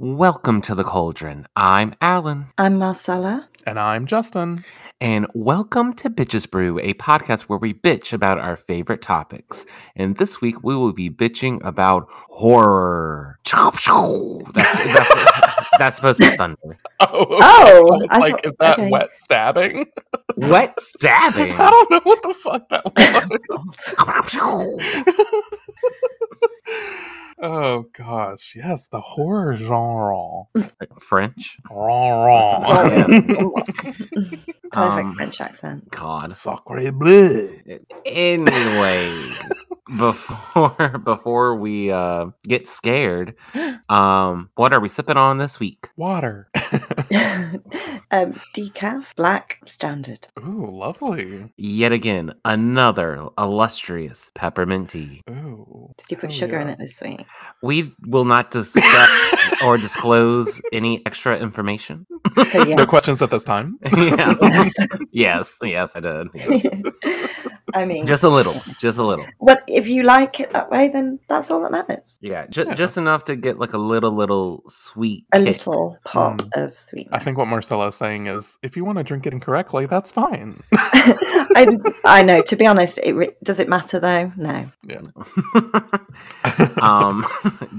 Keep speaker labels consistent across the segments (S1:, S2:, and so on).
S1: Welcome to the Cauldron. I'm Alan.
S2: I'm Marcella.
S3: And I'm Justin.
S1: And welcome to Bitches Brew, a podcast where we bitch about our favorite topics. And this week we will be bitching about horror. That's, that's, that's supposed to be thunder.
S3: Oh, okay.
S2: Oh,
S3: I was
S2: I
S3: like,
S2: thought-
S3: is that
S2: okay.
S3: wet stabbing?
S1: What stabbing?
S3: I don't know what the fuck that was. oh gosh, yes, the horror genre.
S1: French?
S2: Oh,
S3: Ron
S2: Perfect
S1: Um,
S2: French accent.
S1: God.
S3: Sacre bleu.
S1: Anyway, before before we uh, get scared, um, what are we sipping on this week?
S3: Water.
S2: um, decaf, black, standard.
S3: Ooh, lovely.
S1: Yet again, another illustrious peppermint tea.
S3: Ooh.
S2: Did you put
S3: Hell
S2: sugar in
S3: Oh, yeah.
S2: it this week?
S1: We will not discuss or disclose any extra information.
S2: So yeah.
S3: No questions at this time.
S1: yeah. Yes, yes, I did. Yes.
S2: I mean,
S1: Just a little, just a little.
S2: well, if you like it that way, then that's all that matters.
S1: Yeah, ju-
S3: Yeah.
S1: just enough to get like a little, little sweet.
S2: A
S1: kick.
S2: little pop
S3: Mm.
S2: of sweetness.
S3: I think what Marcella is saying is if you want to drink it incorrectly, that's fine.
S2: I, I know. To be honest, it re- does it matter though? No.
S1: um,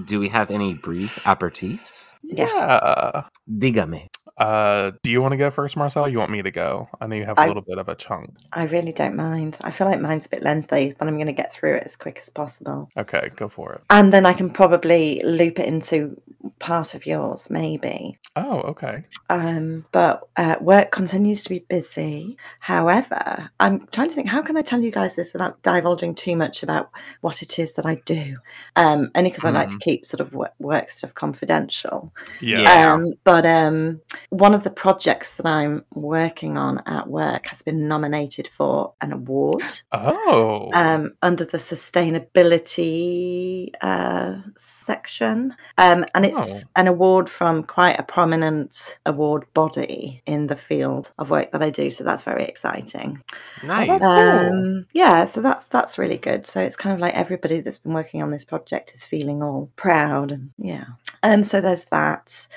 S1: do we have any brief aperitifs?
S2: Yes.
S3: Yeah.
S1: Dígame.
S3: Uh, do you want to go first, Marcel? You want me to go? I know you have a
S2: I-
S3: little bit of a chunk.
S2: I really don't mind. I feel like mine's a bit lengthy, but I'm going to get through it as quick as possible.
S3: Okay, go for it.
S2: And then I can probably loop it into part of yours, maybe.
S3: Oh, okay.
S2: Um, but uh, work continues to be busy. However, I'm trying to think how can I tell you guys this without divulging too much about what it is that I do? Um, only because I like to keep sort of work, work stuff confidential.
S1: Yeah.
S2: Um, but um, one of the projects that I'm working on at work has been nominated for an award
S3: Oh.
S2: um, under the sustainability uh, section. Um, and it's
S3: Oh.
S2: an award from quite a prominent award body in the field of work that I do. So that's very exciting.
S1: Nice.
S3: that's- Oh, Cool.
S2: Um, yeah, so that's that's really good. So it's kind of like everybody that's been working on this project is feeling all proud and yeah. Um, so there's that.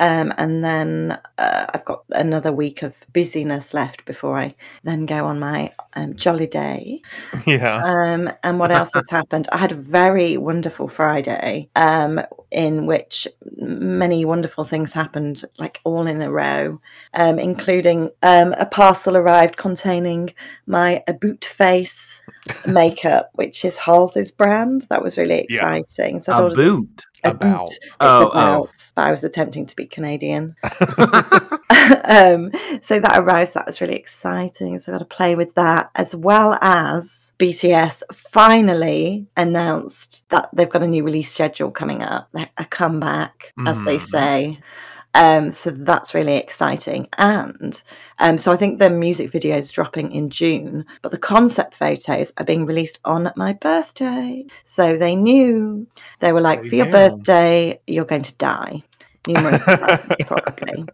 S2: Um, and then uh, I've got another week of busyness left before I then go on my um, jolly day.
S3: yeah.
S2: Um, and what else has happened? I had a very wonderful Friday um, in which many wonderful things happened, like all in a row, um, including um, a parcel arrived containing my a boot face makeup, which is Halsey's brand. That was really
S3: Yeah.
S2: exciting. So I
S1: A
S2: ordered
S1: boot.
S2: a
S3: About.
S2: boot. It's
S1: Oh,
S2: about. I was attempting to be Canadian
S1: oh.
S2: um, so that arrives. That was really exciting. So I got to play with that, as well as BTS finally announced that they've got a new release schedule coming up, like a comeback, as they
S3: Mm.
S2: say. Um, so that's really exciting. And um, so I think the music video is dropping in June, but the concept photos are being released on my birthday. So they knew they were like,
S3: They
S2: for your
S3: knew.
S2: birthday, you're going to die. Numerous times, probably.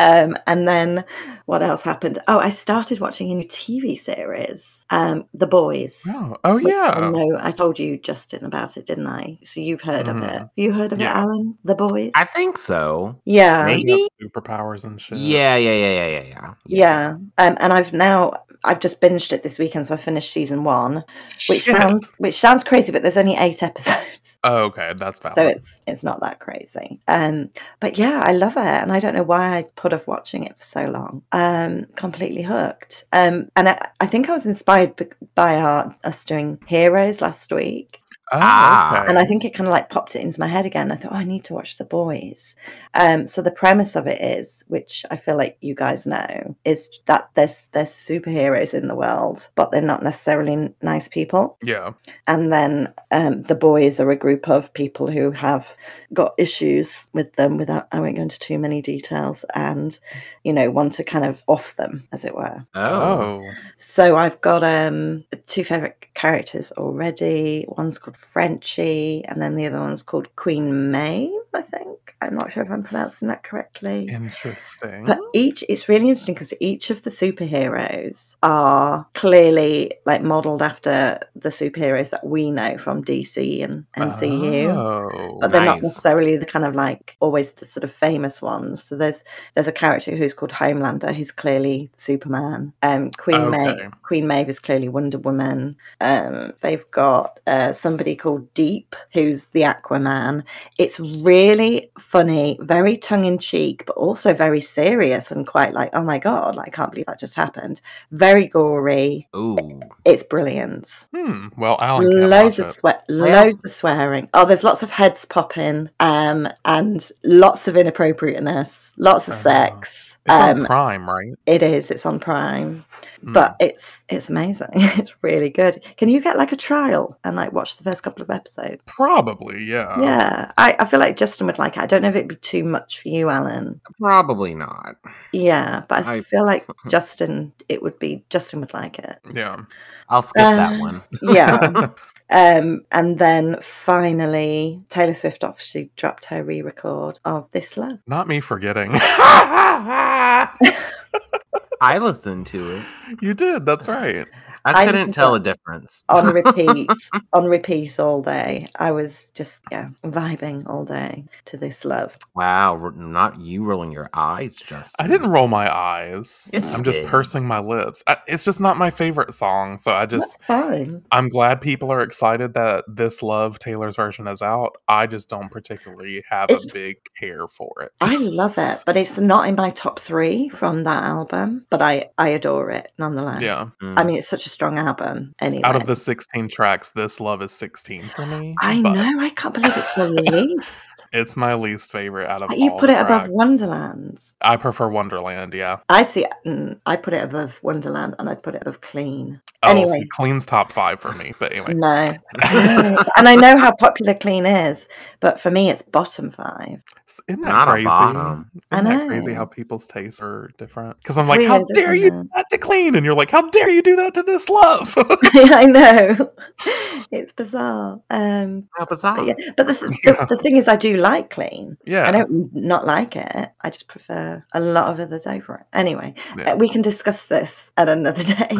S2: Um, and then what else happened? Oh, I started watching a new TV series, um, The Boys.
S3: Oh, oh
S2: which I
S3: yeah.
S2: know I told you, Justin, about it, didn't I? So you've heard of it.
S3: Mhm.
S2: You heard of
S3: Yeah.
S2: it, Alan? The Boys?
S1: I think so.
S2: Yeah.
S1: Maybe.
S3: You have Superpowers and shit.
S1: Yeah, yeah, yeah, yeah, yeah, yeah.
S2: Yeah. Um, and I've now, I've just binged it this weekend. So I finished season one, which
S3: Shit.
S2: sounds, which sounds crazy, but there's only eight episodes.
S3: Oh, okay, that's valid.
S2: so it's it's not that crazy um but yeah i love it and i don't know why i put off watching it for so long um completely hooked um and i, I think i was inspired b- by our us doing heroes last week
S3: oh,
S1: Ah.
S3: okay.
S2: and i think it kind of like popped it into my head again i thought oh, i need to watch the boys um so the premise of it is which i feel like you guys know is that there's there's superheroes in the world but they're not necessarily nice people
S3: yeah.
S2: and then um, the boys are a group of people who have got issues with them without i won't go into too many details and you know want to kind of off them as it were
S1: Oh.
S3: Oh.
S2: so i've got um two favorite characters already one's called frenchie and then the other one's called queen Maeve, i think I'm not sure if I'm pronouncing that correctly.
S3: Interesting.
S2: But each, it's really interesting because each of the superheroes are clearly like modeled after the superheroes that we know from DC and MCU.
S3: Oh.
S2: But they're not
S1: Nice.
S2: necessarily the kind of like always the sort of famous ones. So there's there's a character who's called Homelander, who's clearly Superman. Um, Queen
S3: Okay.
S2: Maeve, Queen Maeve is clearly Wonder Woman. Um, they've got uh, somebody called Deep, who's the Aquaman. It's really funny, very tongue in cheek, but also very serious and quite like, oh my god, like, I can't believe that just happened. Very gory.
S3: Oh.
S1: Ooh.
S2: It's brilliant.
S3: Hmm. Well, Alan can't
S2: Loads
S3: watch
S2: of
S3: it.
S2: sweat, loads of swearing. Oh, there's lots of heads popping, um, and lots of inappropriateness, lots of
S3: Oh.
S2: sex.
S3: It's on
S2: um,
S3: Prime, right?
S2: it is. It's on Prime,
S3: Hmm.
S2: but it's it's amazing. it's really good. Can you get like a trial and like watch the first couple of episodes?
S3: probably, yeah.
S2: yeah, I, I feel like Justin would like it. I don't know if it'd be too much for you, Alan.
S1: Probably not.
S2: Yeah, but I,
S1: I-
S2: feel like Justin, it would be Justin would like it.
S3: Yeah.
S1: I'll skip
S2: Uh,
S1: that one.
S2: Yeah. Um, and then finally, Taylor Swift obviously dropped her re record of This Love.
S3: Not me forgetting.
S1: I listened to it.
S3: you did. That's right.
S1: I
S2: I
S1: couldn't
S2: listened to
S1: tell a
S2: it Oh,
S1: difference.
S2: On repeat, on repeat all day. I was just, yeah, vibing all day to This Love.
S1: Wow, r- not you rolling your eyes, Justin.
S3: I didn't roll my eyes.
S1: Yes, you
S3: I'm just
S1: did.
S3: pursing my lips. I, it's just not my favorite song, so I just
S2: That's fine.
S3: I'm glad people are excited that this love Taylor's version is out. I just don't particularly have
S2: It's-
S3: a big care for it.
S2: I love it, but it's not in my top three from that album, but I, I adore it nonetheless.
S3: Yeah.
S1: Mm.
S2: I mean, it's such a strong album. Anyway.
S3: Out of the 16 tracks, this love is 16 for me.
S2: I
S3: but
S2: know. I can't believe it's released.
S3: It's my least favorite out of
S2: you
S3: all
S2: put
S3: the
S2: it above
S3: tracks.
S2: Wonderland.
S3: I prefer Wonderland, yeah.
S2: I see. mm, I put it above Wonderland, and I'd put it above Clean.
S3: Oh, see,
S2: Anyway.
S3: Clean's top 5 for me, but anyway.
S2: No, and I know how popular Clean is, but for me, it's bottom five.
S3: Isn't that
S1: Not a
S3: crazy?
S1: bottom.
S2: I
S3: Isn't that crazy
S2: know.
S3: how people's tastes are different? Because I'm
S2: It's
S3: like, how
S2: weird,
S3: dare
S2: isn't
S3: you
S2: it?
S3: do that to clean? And you're like, how dare you do that to this love?
S2: I know. It's bizarre. Um,
S1: How bizarre.
S2: but yeah, but the, th- the, the thing is, I do like Clean. I
S3: Ah. yeah.
S2: don't not like it. I just prefer a lot of others over it. Anyway,
S3: Yeah.
S2: uh, we can discuss this at another day.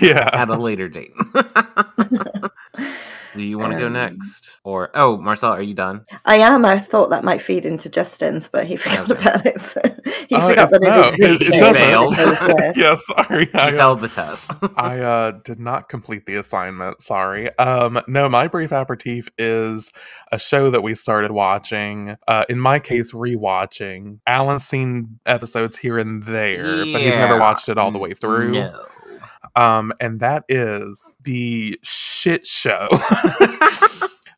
S3: Yeah.
S1: At a later date. Do you want to go
S2: Um,
S1: next? Or, oh, Marcel, are you done?
S2: I am. I thought that might feed into Justin's, but he forgot
S1: Okay.
S2: about it. So he
S3: Oh,
S2: forgot
S3: it's
S2: that
S3: no,
S2: it,
S3: it- it
S2: existed, so
S1: doesn't.
S2: it goes
S1: Failed.
S2: there.
S3: yeah, sorry.
S1: You
S3: I, uh,
S1: failed the test.
S3: I uh, did not complete the assignment. Sorry. Um, no, my brief aperitif is a show that we started watching. Uh, in my case, rewatching. Alan's seen episodes here and there, but he's never
S1: Yeah. Mm,
S3: watched it all the way through.
S1: No.
S3: Um, and that is the shit show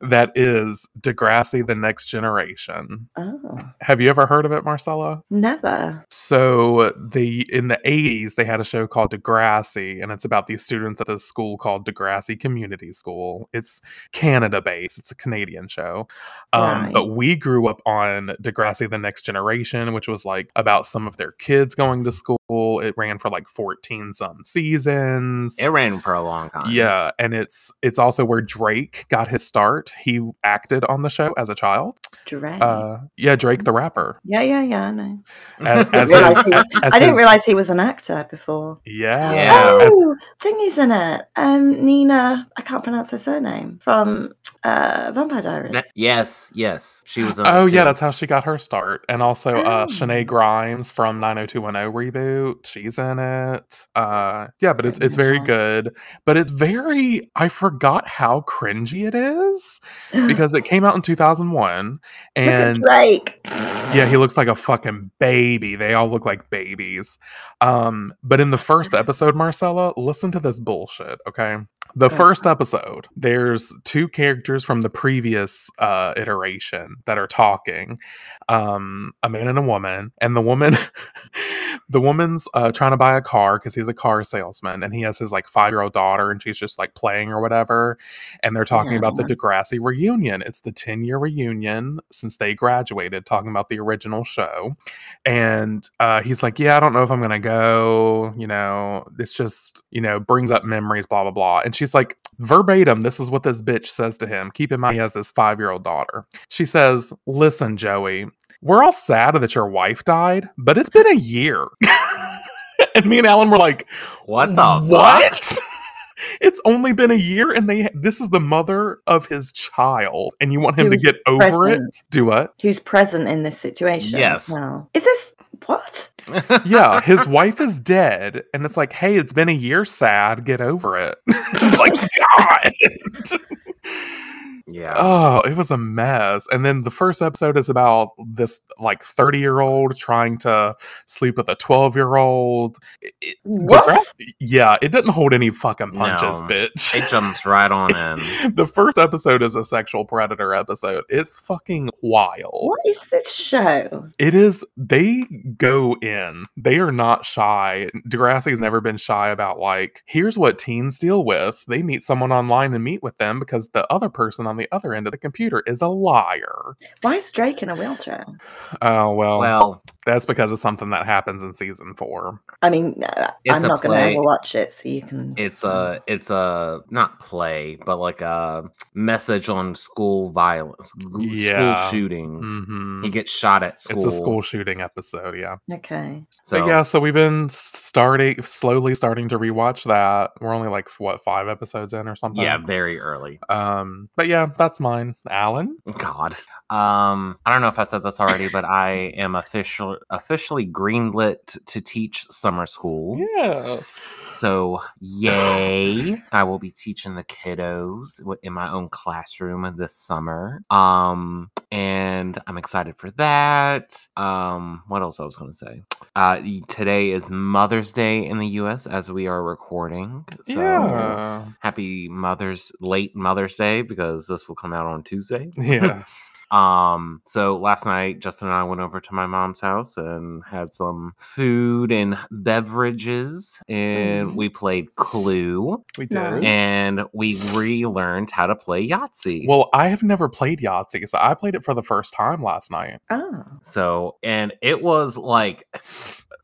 S3: that is Degrassi the Next Generation.
S2: Oh,
S3: Have you ever heard of it, Marcella?
S2: never.
S3: So the in the 80s they had a show called Degrassi, and it's about these students at this school called Degrassi Community School. It's Canada based, it's a Canadian show. Um,
S2: Right.
S3: but we grew up on Degrassi the Next Generation, which was like about some of their kids going to school. It ran for like 14 some seasons.
S1: It ran for a long time.
S3: Yeah, and it's it's also where Drake got his start. He acted on the show as a child.
S2: Drake.
S3: Uh, yeah, Drake the rapper.
S2: yeah, yeah, yeah. I know.
S3: As, as
S2: Realize
S3: his-
S2: he-
S3: as
S2: I didn't
S3: his-
S2: realize he was an actor before.
S3: Yeah,
S1: Yeah.
S3: as-
S2: Oh, thing is in it. Um, Nina, I can't pronounce her surname from uh, Vampire Diaries.
S1: That- yes, yes. She was on. it
S3: oh
S1: too.
S3: yeah, that's how she got her start. And also uh,
S2: Oh.
S3: Shanae Grimes from 90210 reboot. She's in it. Uh, yeah, but it's
S2: Don't
S3: it's
S2: know
S3: very
S2: that.
S3: good. But it's very. I forgot how cringy it is because it came out in 2001
S2: Look at
S3: and
S2: Drake.
S3: Yeah, he looks like a fucking baby. They all look like babies. Um, but in the first episode, Marcella, listen to this bullshit, okay? The
S2: Okay.
S3: first episode, there's two characters from the previous uh, iteration that are talking, um, a man and a woman, and the woman, the woman's uh, trying to buy a car because he's a car salesman, and he has his like five year old daughter, and she's just like playing or whatever, and they're talking about the Degrassi reunion. It's the 10 year reunion since they graduated, talking about the original show. And uh, he's like, Yeah, I don't know if I'm going to go. You know, this just, you know, brings up memories, blah, blah, blah. And she's like, verbatim, this is what this bitch says to him. Keep in mind, he has this five year old daughter. She says, Listen, Joey, we're all sad that your wife died, but it's been a year. and me and Alan were like,
S1: What the fuck?
S3: what? it's only been a year, and they this is the mother of his child, and you want him to
S2: Who's
S3: get over
S2: present.
S3: it? Do what?
S2: Who's present in this situation?
S1: Yes.
S2: Now. Is this what?
S3: Yeah, his wife is dead, and it's like, hey, it's been a year, sad, get over it. it's like, God.
S1: Yeah.
S3: Oh, it was a mess. And then the first episode is about this like 30 year old trying to sleep with a 12 year old.
S2: What?
S3: Yeah, it didn't hold any fucking punches,
S1: No.
S3: bitch.
S1: It jumps right on in.
S3: the first episode is a sexual predator episode. It's fucking wild.
S2: What is this show?
S3: It is, they go in. They are not shy. Degrassi's never been shy about, like, here's what teens deal with. They meet someone online and meet with them because the other person on the other end of the computer is a liar.
S2: Why is Drake in a wheelchair?
S3: Oh, well,
S1: Well,
S3: that's because of something that happens in season four.
S2: I mean, uh, I'm
S1: It's a
S2: not going
S1: play.
S2: to overwatch it, so you can.
S1: it's a it's a not play, but like a message on school violence, g-
S3: Yeah.
S1: school shootings.
S3: Mhm.
S1: He gets shot at school.
S3: It's a school shooting episode, yeah.
S2: Okay.
S1: So
S3: But yeah, so we've been starting, slowly starting to rewatch that. We're only like, what, five episodes in or something?
S1: yeah, very early.
S3: Um, but yeah, that's mine. Alan?
S1: God. Um, I don't know if I said this already, but I am official officially greenlit to teach summer school.
S3: Yeah.
S1: So yay! I will be teaching the kiddos wi- in my own classroom this summer. Um, and I'm excited for that. Um, what else I was gonna say? Uh, y- today is Mother's Day in the U.S. as we are recording. So
S3: Yeah.
S1: happy Mother's late Mother's Day because this will come out on Tuesday.
S3: Yeah.
S1: Um, so last night, Justin and I went over to my mom's house and had some food and beverages, and
S2: Mhm.
S1: we played Clue,
S3: We
S2: Nice.
S3: did.
S1: and we relearned how to play Yahtzee.
S3: Well, I have never played Yahtzee, so I played it for the first time last night.
S2: Oh.
S1: so, and it was like.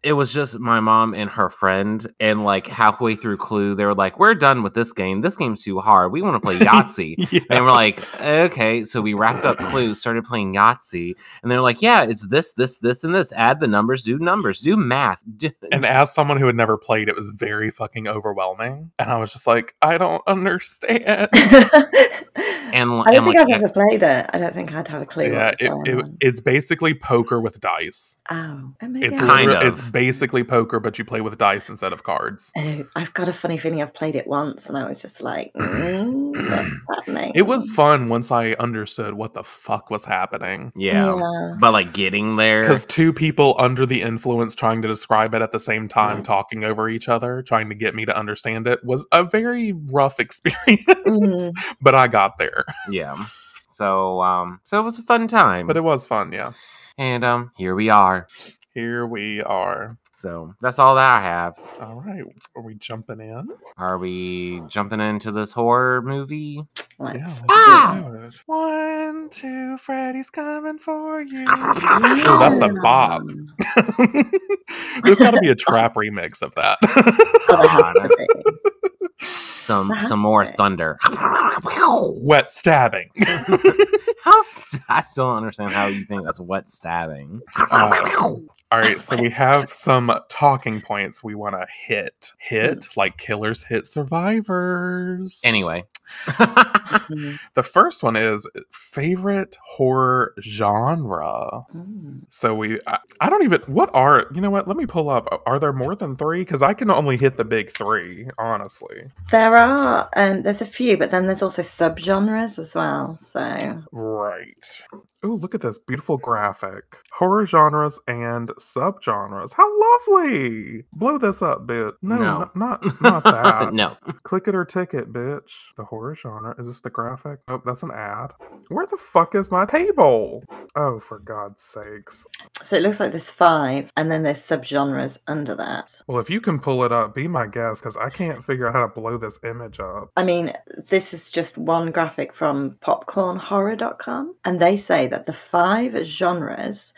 S1: It was just my mom and her friend, and like halfway through Clue, they were like, "We're done with this game. This game's too hard. We want to play Yahtzee."
S3: Yeah.
S1: And we're like, okay. So we wrapped up Clue, started playing Yahtzee, and they're like, yeah, it's this, this, this, and this. Add the numbers, do numbers, do math. do-
S3: And as someone who had never played, it was very fucking overwhelming. And I was just like, I don't understand.
S2: I
S1: and
S2: don't
S1: and like,
S2: think I've ever played it. I don't think I'd have a clue.
S3: yeah,
S2: what's
S3: it,
S2: going
S3: it,
S2: on.
S3: it's basically poker with dice.
S2: oh, oh my
S3: It's
S2: God.
S1: Kind
S3: literal-
S1: of.
S3: it's basically poker, but you play with dice instead of cards.
S2: Oh, I've got a funny feeling I've played it once, and I was just like, mm, "What's happening?"
S3: It was fun once I understood what the fuck was happening.
S1: yeah. But like getting there,
S3: Because two people under the influence trying to describe it at the same time, talking over each other, trying to get me to understand it, was a very rough experience.
S2: Mm.
S3: but I got there.
S1: yeah. So um, so it was a fun time.
S3: But it was fun, yeah.
S1: and um, here we are.
S3: Here we are.
S1: So that's all that I have.
S3: All right, are we jumping in?
S1: Are we jumping into this horror movie?
S2: Like,
S3: Yeah. let's do
S1: Ah!
S3: it. One, two, Freddy's coming for you.
S1: Oh,
S3: that's the bop.
S2: yum.
S3: There's got to be a trap remix of
S2: Oh,
S3: that.
S2: there has to be.
S1: Some
S2: That
S1: some more
S2: happened.
S1: thunder.
S3: Wet stabbing.
S1: How st- I still don't understand how you think that's wet stabbing.
S3: Uh, All right, so we have some talking points we want to hit. Hit like killers hit survivors.
S1: Anyway.
S2: Mm,
S3: the first one is favorite horror genre.
S2: mm.
S3: So we, I, I don't even. What are you know what? Let me pull up. Are there more than three? Because I can only hit the big three, honestly.
S2: There are um, there's a few, but then there's also subgenres as well. So
S3: Right. Oh, look at this beautiful graphic. Horror genres and subgenres. How lovely! Blow this up, bitch. No,
S1: No.
S3: n- not not that.
S1: no.
S3: Click it or ticket, bitch. The horror genre. Is this the graphic? Oh, that's an ad. Where the fuck is my table? Oh, for God's sakes.
S2: so it looks like there's five, and then there's subgenres under that.
S3: Well, if you can pull it up, be my guest, because I can't figure out how to blow this image up.
S2: I mean, this is just one graphic from popcornhorror.com, and they say that the five genres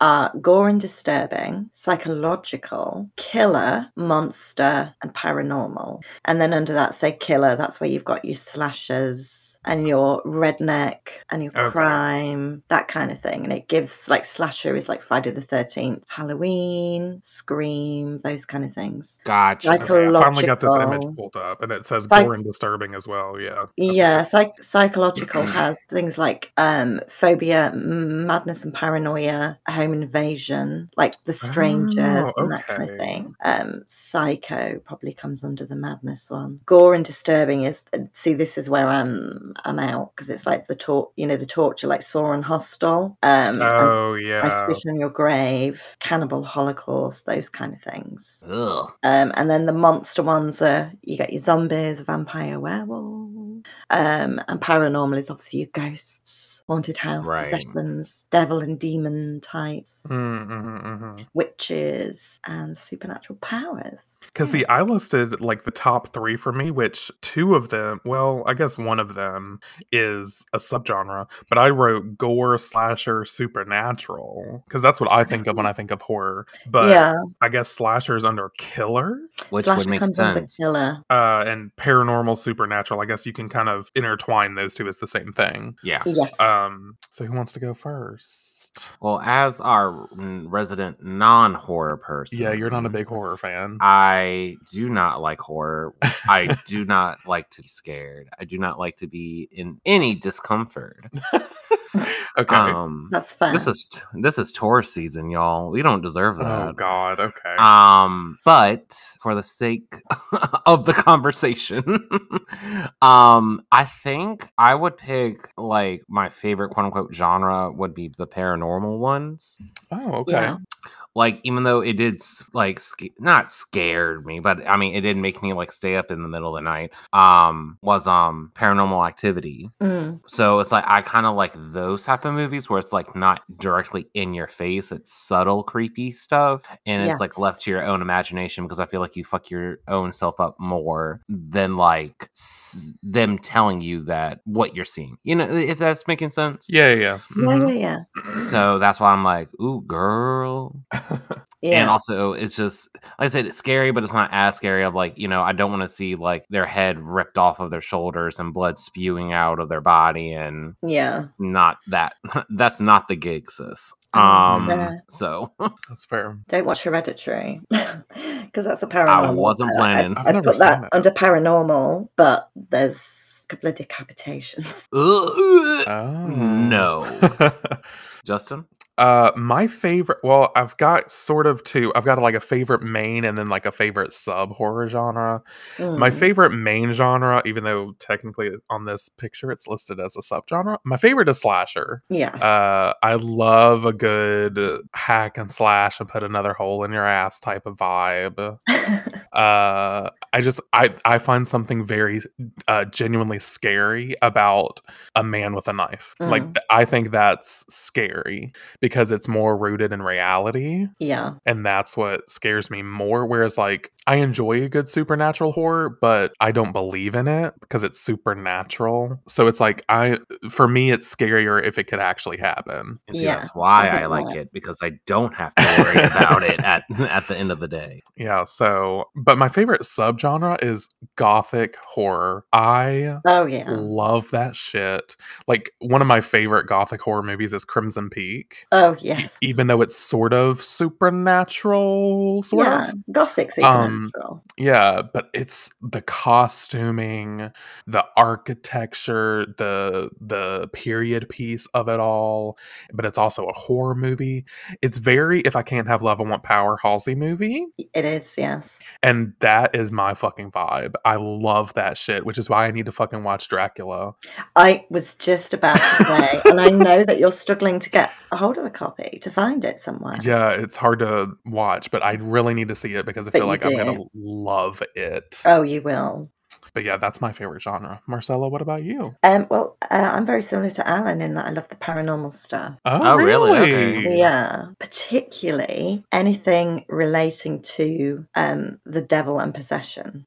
S2: are gore and disturbing, psychological, killer, monster, and paranormal. And then under that, say killer, that's where you've got your slashers, and your redneck and your
S3: Okay.
S2: crime, that kind of thing. And it gives like slasher is like Friday the 13th, Halloween, Scream, those kind of things.
S1: Gotcha.
S2: Like-
S3: Okay, I finally got this image
S2: Psychological.
S3: pulled up, and it says
S2: Psych-
S3: gore and disturbing as well. Yeah. that's
S2: yeah, psych- psychological has things like um, phobia, m- madness and paranoia, home invasion, like the strangers
S3: Oh,
S2: and that kind of
S3: okay.
S2: thing. Um, psycho probably comes under the madness one. Gore and disturbing is uh, see this is where I'm I'm out because it's like the tor- you know the torture like Saw and Hostel. Um,
S3: it.
S2: and
S3: Oh
S2: I
S3: yeah.
S2: spit on your grave, cannibal holocaust, those kind of things.
S1: Ugh.
S2: Um, and then the monster ones are you get your zombies, vampire, werewolf, um, and paranormal is obviously your ghosts, haunted house,
S1: Right. Hmm.
S2: possessions, devil and demon types,
S3: Mm, mhm, mhm.
S2: witches, and supernatural powers.
S3: Because see, I listed like the top three for me, which two of them, well, I guess one of them is a subgenre, but I wrote gore slasher supernatural because that's what I think of when I think of horror. But
S2: yeah,
S3: I guess slashers under killer
S1: Which
S2: slasher
S1: would make
S2: comes under
S1: sense.
S2: killer.
S3: uh, and paranormal supernatural. I guess you can kind of intertwine those two as the same thing.
S1: Yeah.
S2: Yes.
S3: Um, so who wants to go first?
S1: Well, as our mm, resident non horror person.
S3: Yeah, you're not a big horror fan.
S1: I do not like horror. I do not like to be scared. I do not like to be in any discomfort.
S3: okay.
S1: Um,
S2: That's fair.
S1: this is this is tour season, y'all. We don't deserve
S3: oh
S1: that.
S3: God. Okay.
S1: um, but for the sake of the conversation, um, I think I would pick like my favorite quote unquote genre would be the paranormal ones
S3: oh, okay.
S2: yeah.
S1: like even though it did s- like sca- not scared me but i mean it did make me like stay up in the middle of the night um was um paranormal activity
S2: Mm,
S1: so it's like i kind of like those type of movies where it's like not directly in your face it's subtle creepy stuff and it's like
S2: Yes.
S1: left to your own imagination because i feel like you fuck your own self up more than like s- them telling you that what you're seeing you know if that's making sense
S3: Yeah. Yeah.
S2: yeah,
S1: Mm-hmm.
S2: yeah,
S3: mhm.
S2: yeah,
S1: so that's why i'm like ooh girl
S2: yeah.
S1: and also, it's just like I said, it's scary, but it's not as scary. Of like, you know, I don't want to see like their head ripped off of their shoulders and blood spewing out of their body, and
S2: yeah.
S1: not that. That's not the gig, sis.
S3: Oh,
S2: Mm,
S1: Um,
S2: fair.
S1: so
S3: That's fair.
S2: Don't watch Hereditary because that's a paranormal.
S1: I wasn't
S2: I-
S1: planning.
S3: I've
S2: I
S3: never
S2: put
S3: seen
S2: that
S3: that.
S2: under paranormal, but there's a couple of decapitations.
S1: Ugh.
S3: Oh.
S1: No. Justin,
S3: uh, my favorite. Well, I've got sort of two. I've got like a favorite main and then like a favorite sub horror genre. My
S2: Mm.
S3: favorite main genre, even though technically on this picture it's listed as a subgenre, my favorite is slasher.
S2: Yes.
S3: Uh, I love a good hack and slash and put another hole in your ass type of vibe. Uh, I just I I find something very uh, genuinely scary about a man with a knife. Like
S2: Mm.
S3: th- I think that's scary because it's more rooted in reality,
S2: yeah.
S3: and that's what scares me more. Whereas like I enjoy a good supernatural horror, but I don't believe in it because it's supernatural. So it's like I for me it's scarier if it could actually happen.
S1: and see
S2: Yeah,
S1: that's why
S2: I
S1: I,
S2: get
S1: like
S2: that.
S1: it because I don't have to worry about it at at the end of the day.
S3: Yeah, so but my favorite subgenre is gothic horror. I
S2: Oh yeah.
S3: love that shit. Like one of my favorite gothic horror movies is Crimson Peak,
S2: Oh
S3: e-
S2: yes.
S3: even though it's sort of supernatural, sort
S2: yeah.
S3: of.
S2: Gothic
S3: Um,
S2: supernatural.
S3: Yeah, but it's the costuming, the architecture, the the period piece of it all. But it's also a horror movie. It's very if I can't have love, I want power Halsey movie.
S2: it is. Yes.
S3: And that is my fucking vibe. I love that shit, which is why I need to fucking watch Dracula.
S2: I was just about to say, and I know that you're struggling to get a hold of a copy to find it somewhere.
S3: Yeah, it's hard to watch, but I really need to see it because I
S2: But
S3: feel
S2: you
S3: like I'm gonna
S2: do.
S3: love it.
S2: Oh, you will.
S3: But yeah, that's my favorite genre. Marcella, what about you?
S2: Um, well, uh, I'm very similar to Alan in that I love the paranormal stuff.
S1: Oh, really? Okay.
S2: yeah particularly anything relating to um the devil and possession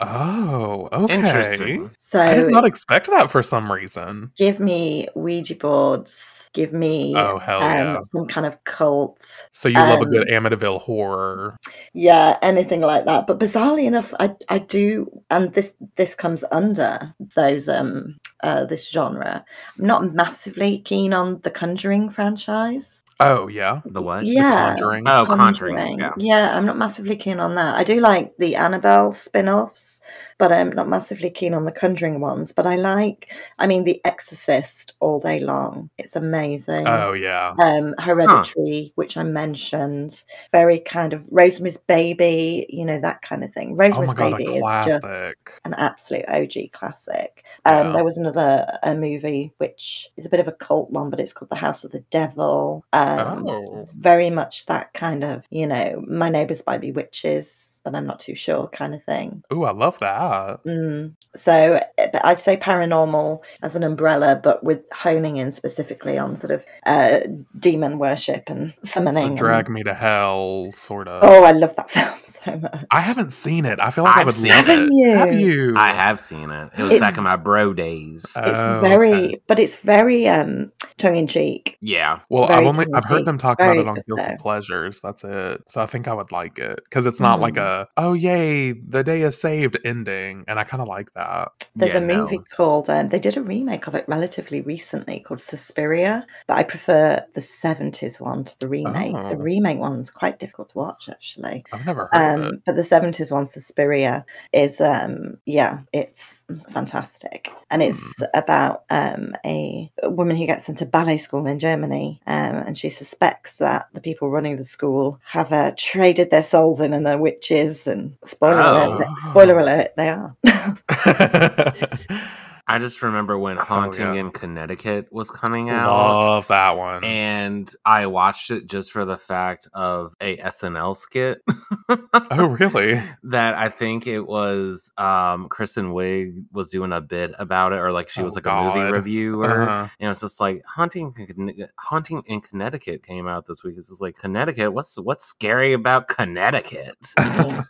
S3: Oh, okay.
S1: Interesting.
S2: so
S3: I did not expect that for some reason.
S2: give me ouija boards give me
S3: Oh hell
S2: um,
S3: yeah!
S2: some kind of cult
S3: So you love a good
S2: um,
S3: Amityville horror?
S2: yeah anything like that but bizarrely enough i i do and this this comes under those um uh, this genre. I'm not massively keen on the Conjuring franchise.
S3: Oh yeah.
S1: The what?
S2: Yeah.
S3: The Conjuring.
S1: Oh, Conjuring. Yeah.
S2: Yeah, I'm not massively keen on that. I do like the Annabelle spin offs, but I'm not massively keen on the Conjuring ones. But I like, I mean, The Exorcist all day long. It's amazing.
S3: Oh yeah.
S2: Um, Hereditary, which I mentioned, very kind of Rosemary's Baby, you know, that kind of thing.
S3: Oh
S2: Rosemary's
S3: my god, a
S2: Baby is just
S3: classic.
S2: an absolute OG classic. Um,
S3: Yeah.
S2: There was another a movie which is a bit of a cult one, but it's called The House of the Devil. Um,
S3: Oh.
S2: Very much that kind of, you know, my neighbors might be witches, but I'm not too sure kind of thing.
S3: Ooh, I love that.
S2: Mm. So eh, but I'd say paranormal as an umbrella, but with honing in specifically on sort of uh, demon worship and summoning.
S3: So
S2: and-
S3: drag me to hell, sort of.
S2: Oh, I love that film so much.
S3: I haven't seen it. I feel like i
S1: I've
S3: would
S1: seen
S3: love
S1: it.
S3: it.
S2: Haven't you?
S3: Have you?
S1: I have seen it. It was
S2: It's-
S1: back in my bro days.
S3: Uh,
S2: It's
S3: Oh,
S2: very,
S3: okay.
S2: but it's very um tongue in cheek.
S1: yeah.
S3: Well, I've
S2: Very
S3: only I've
S2: tongue-in-cheek.
S3: heard them talk about
S2: Very
S3: it on
S2: good,
S3: Guilty
S2: though.
S3: Pleasures. That's it. So I think I would like it because it's not like
S2: Hmm.
S1: Mm-hmm.
S3: a oh yay the day is saved ending, and I kind of like that.
S2: There's
S1: Yeah,
S2: a movie
S1: no.
S2: called um, they did a remake of it relatively recently called Suspiria, but I prefer the 70s one to the remake. The
S3: Oh.
S2: remake one's quite difficult to watch actually.
S3: I've never heard of it.
S2: Um, but the 70s one, Suspiria, is, um, yeah, it's fantastic. And it's
S1: Hmm.
S2: about um, a woman who gets into ballet school in Germany. Um, and she suspects that the people running the school have uh, traded their souls in and are witches. And spoiler, alert,
S3: Oh.
S2: spoiler alert, they are.
S1: I just remember when Haunting
S3: Oh, yeah. Oh,
S1: in Connecticut was coming out.
S3: love that one.
S1: And I watched it just for the fact of a SNL skit.
S3: oh really?
S1: that I think it was um Kristen Wiig was doing a bit about it, or like she
S3: Oh,
S1: was like a
S3: God.
S1: movie reviewer.
S3: Uh-huh.
S1: And it's just like haunting, in Conne- haunting in Connecticut came out this week. It's just like Connecticut. What's what's scary about Connecticut?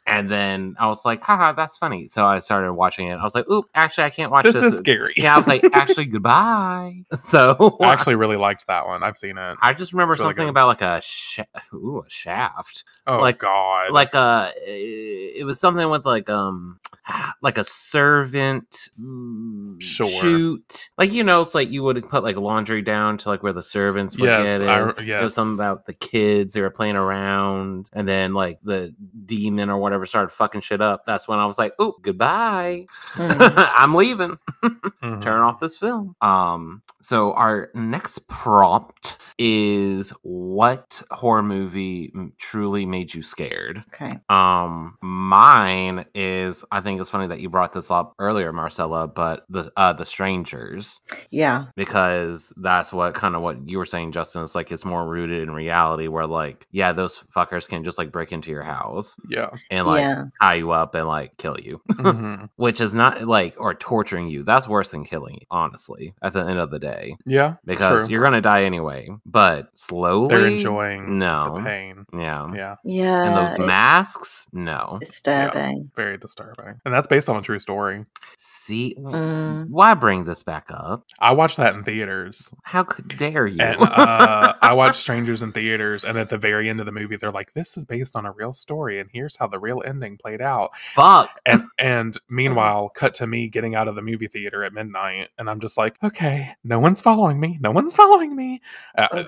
S1: and then I was like, haha, that's funny. So I started watching it. I was like, oop, actually, I can't watch this.
S3: this is scary.
S1: yeah, I was like, actually, goodbye. So
S3: I actually really liked that one. I've seen it.
S1: I just remember
S3: It's really
S1: something
S3: good.
S1: about like a sh- ooh, a shaft
S3: Oh
S1: Like-
S3: God.
S1: like a it was something with like um like a servant mm,
S3: Sure.
S1: shoot like you know it's like you would put like laundry down to like where the servants would
S3: yes.
S1: get it
S3: I, re-
S1: It was
S3: yes.
S1: something about the kids they were playing around and then like the demon or whatever started fucking shit up that's when i was like oh goodbye
S2: Mm.
S1: i'm leaving
S3: Mhm.
S1: turn off this film. Um, so our next prompt is what horror movie m- truly made you scared?
S2: Okay.
S1: Um, mine is I think it's funny that you brought this up earlier, Marcella, but the uh the strangers
S2: Yeah.
S1: because that's what kind of what you were saying, Justin. It's like it's more rooted in reality where like yeah, those fuckers can just like break into your house
S3: Yeah.
S1: and like
S2: yeah.
S1: tie you up and like kill you
S3: Mhm.
S1: which is not like or torturing you. That's worse than killing you, honestly, at the end of the day,
S3: Yeah.
S1: because
S3: true.
S1: you're going to die anyway. But slowly,
S3: they're enjoying the
S1: No. Um,
S3: pain.
S1: Yeah.
S3: Yeah.
S2: Yeah.
S1: And those
S2: it's
S1: masks? No.
S2: Disturbing.
S3: Very disturbing. And that's based on a true story.
S1: See,
S2: Mm.
S1: why bring this back up?
S3: I watched that in theaters.
S1: How could dare you?
S3: And uh, I watched Strangers in Theaters, and at the very end of the movie, they're like, "This is based on a real story, and here's how the real ending played out."
S1: Fuck.
S3: And and meanwhile, cut to me getting out of the movie theater at midnight, and I'm just like, "Okay, no one's following me. No one's following me." Uh,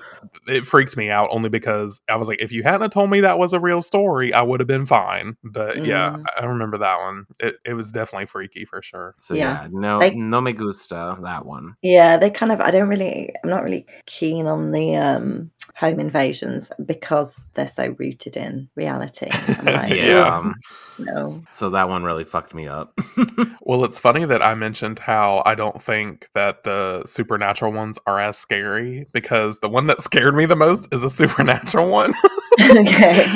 S3: it freaked me out only because I was like, "If you hadn't have told me that was a real story, I would have been fine." But yeah,
S2: Mm.
S3: I I remember that one. It it was definitely freaky for sure.
S1: So
S2: Yeah.
S1: yeah, no,
S2: Like-
S1: no me gusta that one.
S2: Yeah, they kind of. I don't really. I'm not really keen on the um home invasions because they're so rooted in reality. I'm like,
S1: Yeah. um,
S2: "Ugh, No.
S1: So that one really fucked me up.
S3: Well, it's funny that I mentioned how I don't think that the supernatural ones are as scary because the one that scared me the most is a supernatural one.
S2: okay.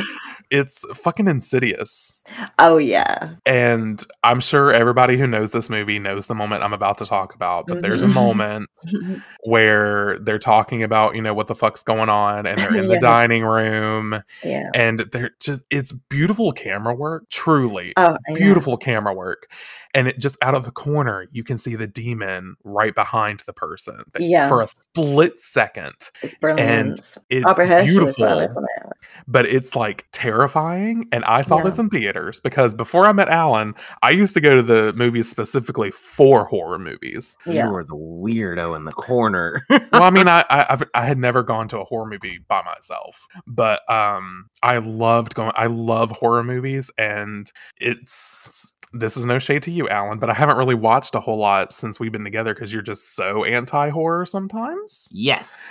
S3: it's fucking insidious.
S2: Oh yeah.
S3: And I'm sure everybody who knows this movie knows the moment I'm about to talk about, but there's a
S2: Mhm.
S3: moment where they're talking about, you know, what the fuck's going on and they're in the
S2: Yes.
S3: dining room
S2: yeah.
S3: and they're just it's beautiful camera work, truly
S2: Oh, I know.
S3: beautiful camera work and it just out of the corner you can see the demon right behind the person that-
S2: Yeah.
S3: for a split second.
S2: It's brilliant.
S3: It's
S2: Barbara Hershey as
S3: beautiful,
S2: well, isn't it?
S3: but it's like terrifying. And I saw
S2: Yeah.
S3: this in theaters because before I met Alan, I used to go to the movies specifically for horror movies.
S2: Yeah.
S1: You were the weirdo in the corner.
S3: well, I mean, I, I I've, I had never gone to a horror movie by myself, but um, I loved going. I love horror movies, and it's this is no shade to you, Alan, but I haven't really watched a whole lot since we've been together because you're just so anti horror sometimes.
S1: yes.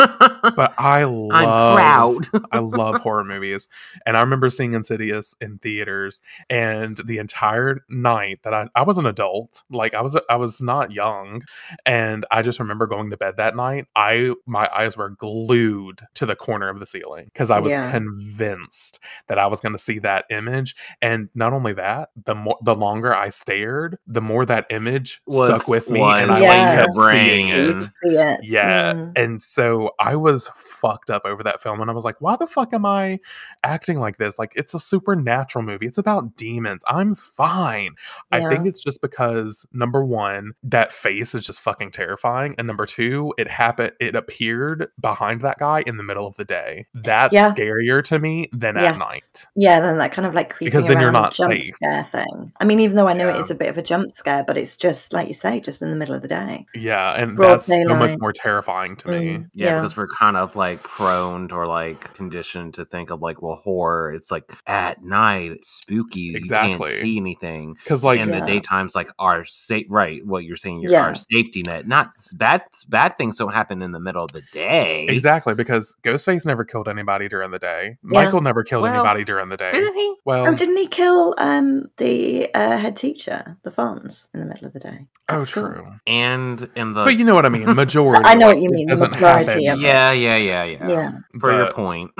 S1: I'm
S3: but I love
S1: proud.
S3: I love horror movies. And I remember seeing Insidious in theaters and the entire night that I, I was an adult, like I was I was not young. And I just remember going to bed that night. I my eyes were glued to the corner of the ceiling because I was
S2: Yeah.
S3: convinced that I was gonna see that image. And not only that, the more the longer I stared, the more that image
S1: Was-
S3: stuck with me and
S1: was
S3: I like
S2: in
S3: kept
S1: your
S3: seeing
S1: brain.
S3: it.
S2: See it.
S3: Yeah.
S2: Mm.
S3: And so I was fucked up over that film and I was like, why the fuck am I acting like this? Like, it's a supernatural movie. It's about demons. I'm fine. I
S2: Yeah.
S3: think it's just because number one, that face is just fucking terrifying. And number two, it happened, it appeared behind that guy in the middle of the day. That's
S2: Yeah.
S3: scarier to me than at
S2: Yes.
S3: night.
S2: Yeah, then that kind of like creeping
S3: Because then you're
S2: around
S3: not
S2: jump
S3: safe.
S2: scare thing. I mean, even though I know
S3: Yeah.
S2: it is a bit of a jump scare, but it's just like you say, just in the middle of the day.
S3: Yeah. And
S2: Broad
S3: that's so much
S2: daylight.
S3: more terrifying to me.
S2: Mm,
S1: Yeah, because we're kind of like prone or like conditioned to think of like, well, horror, it's like at night, it's spooky, you
S3: Exactly.
S1: can't see anything.
S3: Because, like,
S1: and
S2: Yeah.
S1: the daytime's like our safe, right? What you're saying, your,
S2: Yeah.
S1: our safety net. Not s- bad, bad things don't happen in the middle of the day.
S3: Exactly, because Ghostface never killed anybody during the day.
S2: Yeah.
S3: Michael never killed
S1: Well,
S3: anybody during the day.
S1: Didn't he?
S3: Well,
S2: oh, didn't he kill um the uh, head teacher, the Fonz, in the middle of the day?
S3: Oh,
S2: at school?
S3: true.
S1: And in the
S3: But you know what I mean. Majority.
S2: I know
S3: like,
S2: what you
S3: it
S2: mean, the
S3: doesn't
S2: majority
S3: happen.
S2: of-
S1: yeah, yeah, yeah, yeah.
S2: Yeah.
S1: For your
S3: But-
S1: point,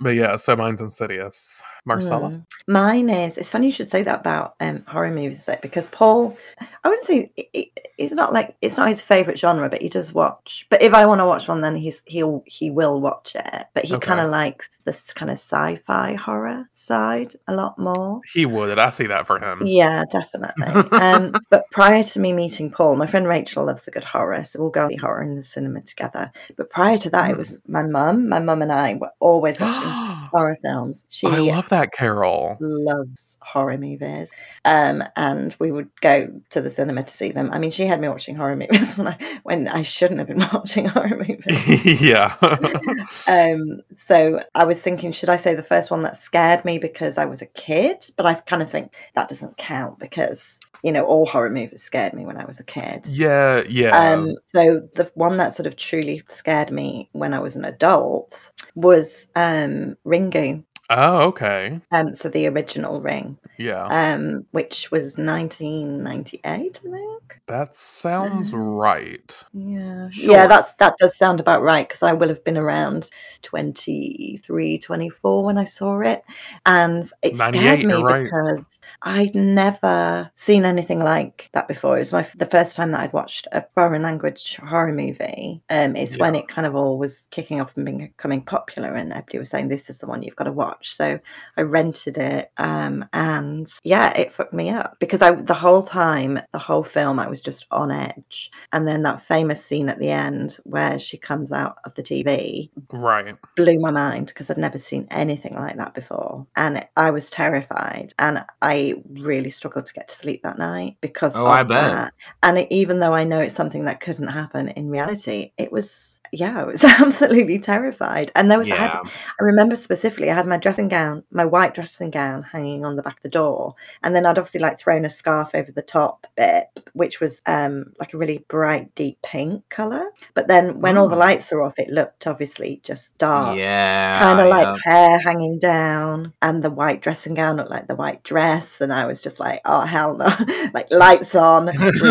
S3: But yeah, so mine's insidious. Marcella.
S2: Mm. Mine is. It's funny you should say that about um, horror movies, like, because Paul, I wouldn't say it, it- it's not like it's not his favorite genre, but he does watch. But if I want to watch one, then he's he'll he will watch it. But he
S3: Okay.
S2: kind of likes this kind of sci-fi horror side a lot more.
S3: He would. I see that for him.
S2: Yeah, definitely. um, but prior to me meeting Paul, my friend Rachel loves a good horror, so we'll go see horror in the cinema together. But prior to that, it
S3: Mm.
S2: was my mum. My mum and I were always watching horror films. She
S3: I love that, Carol.
S2: loves horror movies. Um, and we would go to the cinema to see them. I mean, she had me watching horror movies when I when I shouldn't have been watching horror movies.
S3: yeah.
S2: um, so I was thinking, should I say the first one that scared me because I was a kid? But I kind of think that doesn't count because you know all horror movies scared me when I was a kid.
S3: yeah. Yeah.
S2: Um, so the one that sort of truly scared me when I was an adult was um, Ringu,
S3: oh, okay.
S2: um, so the original Ring
S3: Yeah.
S2: um, which was 1998, I think.
S3: That sounds right.
S2: Yeah.
S1: Sure.
S2: Yeah, that's that does sound about right because I will have been around 23, 24 when I saw it. And it
S3: 98,
S2: scared me
S3: you're right.
S2: because I'd never seen anything like that before. It was my the first time that I'd watched a foreign language horror movie. Um, it's when it kind of all was kicking off and being- becoming popular and everybody was saying this is the one you've got to watch. So I rented it, um, and yeah, it fucked me up because I the whole time, the whole film, I was just on edge. And then that famous scene at the end where she comes out of the TV
S3: Right.
S2: blew my mind because I'd never seen anything like that before, and I was terrified, and I really struggled to get to sleep that night because
S1: Oh, I
S2: of
S1: bet.
S2: that. And it, even though I know it's something that couldn't happen in reality, it was. Yeah, I was absolutely terrified. And there was, I had
S1: yeah.
S2: I remember specifically, I had my dressing gown, my white dressing gown, hanging on the back of the door, and then I'd obviously like thrown a scarf over the top bit, which was um like a really bright, deep pink color. But then when all the
S1: Mm.
S2: lights are off, it looked obviously just
S3: uh,
S2: dark.
S1: Yeah.
S2: Kind of like
S1: yeah.
S2: hair hanging down, and the white dressing gown looked like the white dress, and I was just like, "Oh hell no!" like lights on, used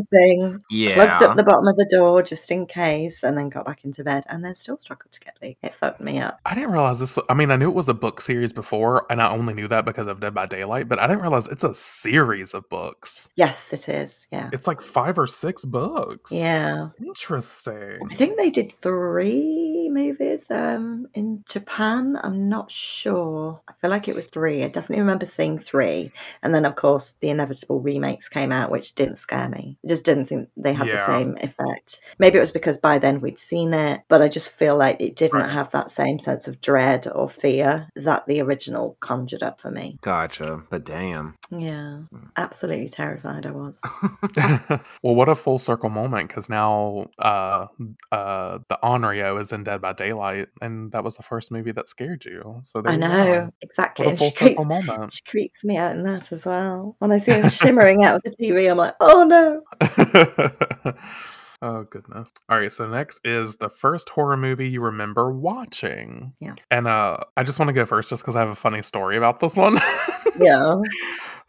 S2: everything, plugged
S1: Yeah.
S2: up the bottom of the door just in case, and then got back into bed, and then still struggled to get sleep. It fucked me up.
S3: I didn't realize this. I mean, I knew it was a book series before, and I only knew that because of Dead by Daylight, but I didn't realize it's a series of books.
S2: Yes, it is. Yeah.
S3: It's like five or six books.
S2: Yeah.
S3: Interesting.
S2: I think they did three, movies um, in Japan. I'm not sure. I feel like it was three. I definitely remember seeing three. And then, of course, the inevitable remakes came out, which didn't scare me. I just didn't think they had
S3: Yeah.
S2: the same effect. Maybe it was because by then we'd seen it, but I just feel like it didn't
S3: Right.
S2: have that same sense of dread or fear that the original conjured up for me.
S1: Gotcha. But damn.
S2: Yeah,
S3: Hmm.
S2: absolutely terrified I was.
S3: well, what a full circle moment because now uh, uh, the Onryo is in Dead by Daylight, and that was the first movie that scared you. So there
S2: I
S3: you go.
S2: know, exactly.
S3: What a
S2: And
S3: full
S2: she creeps
S3: circle moment.
S2: She creeps me out in that as well. When I see her shimmering out of the TV, I'm like, oh no.
S3: oh goodness. All right, so next is the first horror movie you remember watching.
S2: Yeah.
S3: And uh I just want to go first just cuz I have a funny story about this one.
S2: Yeah.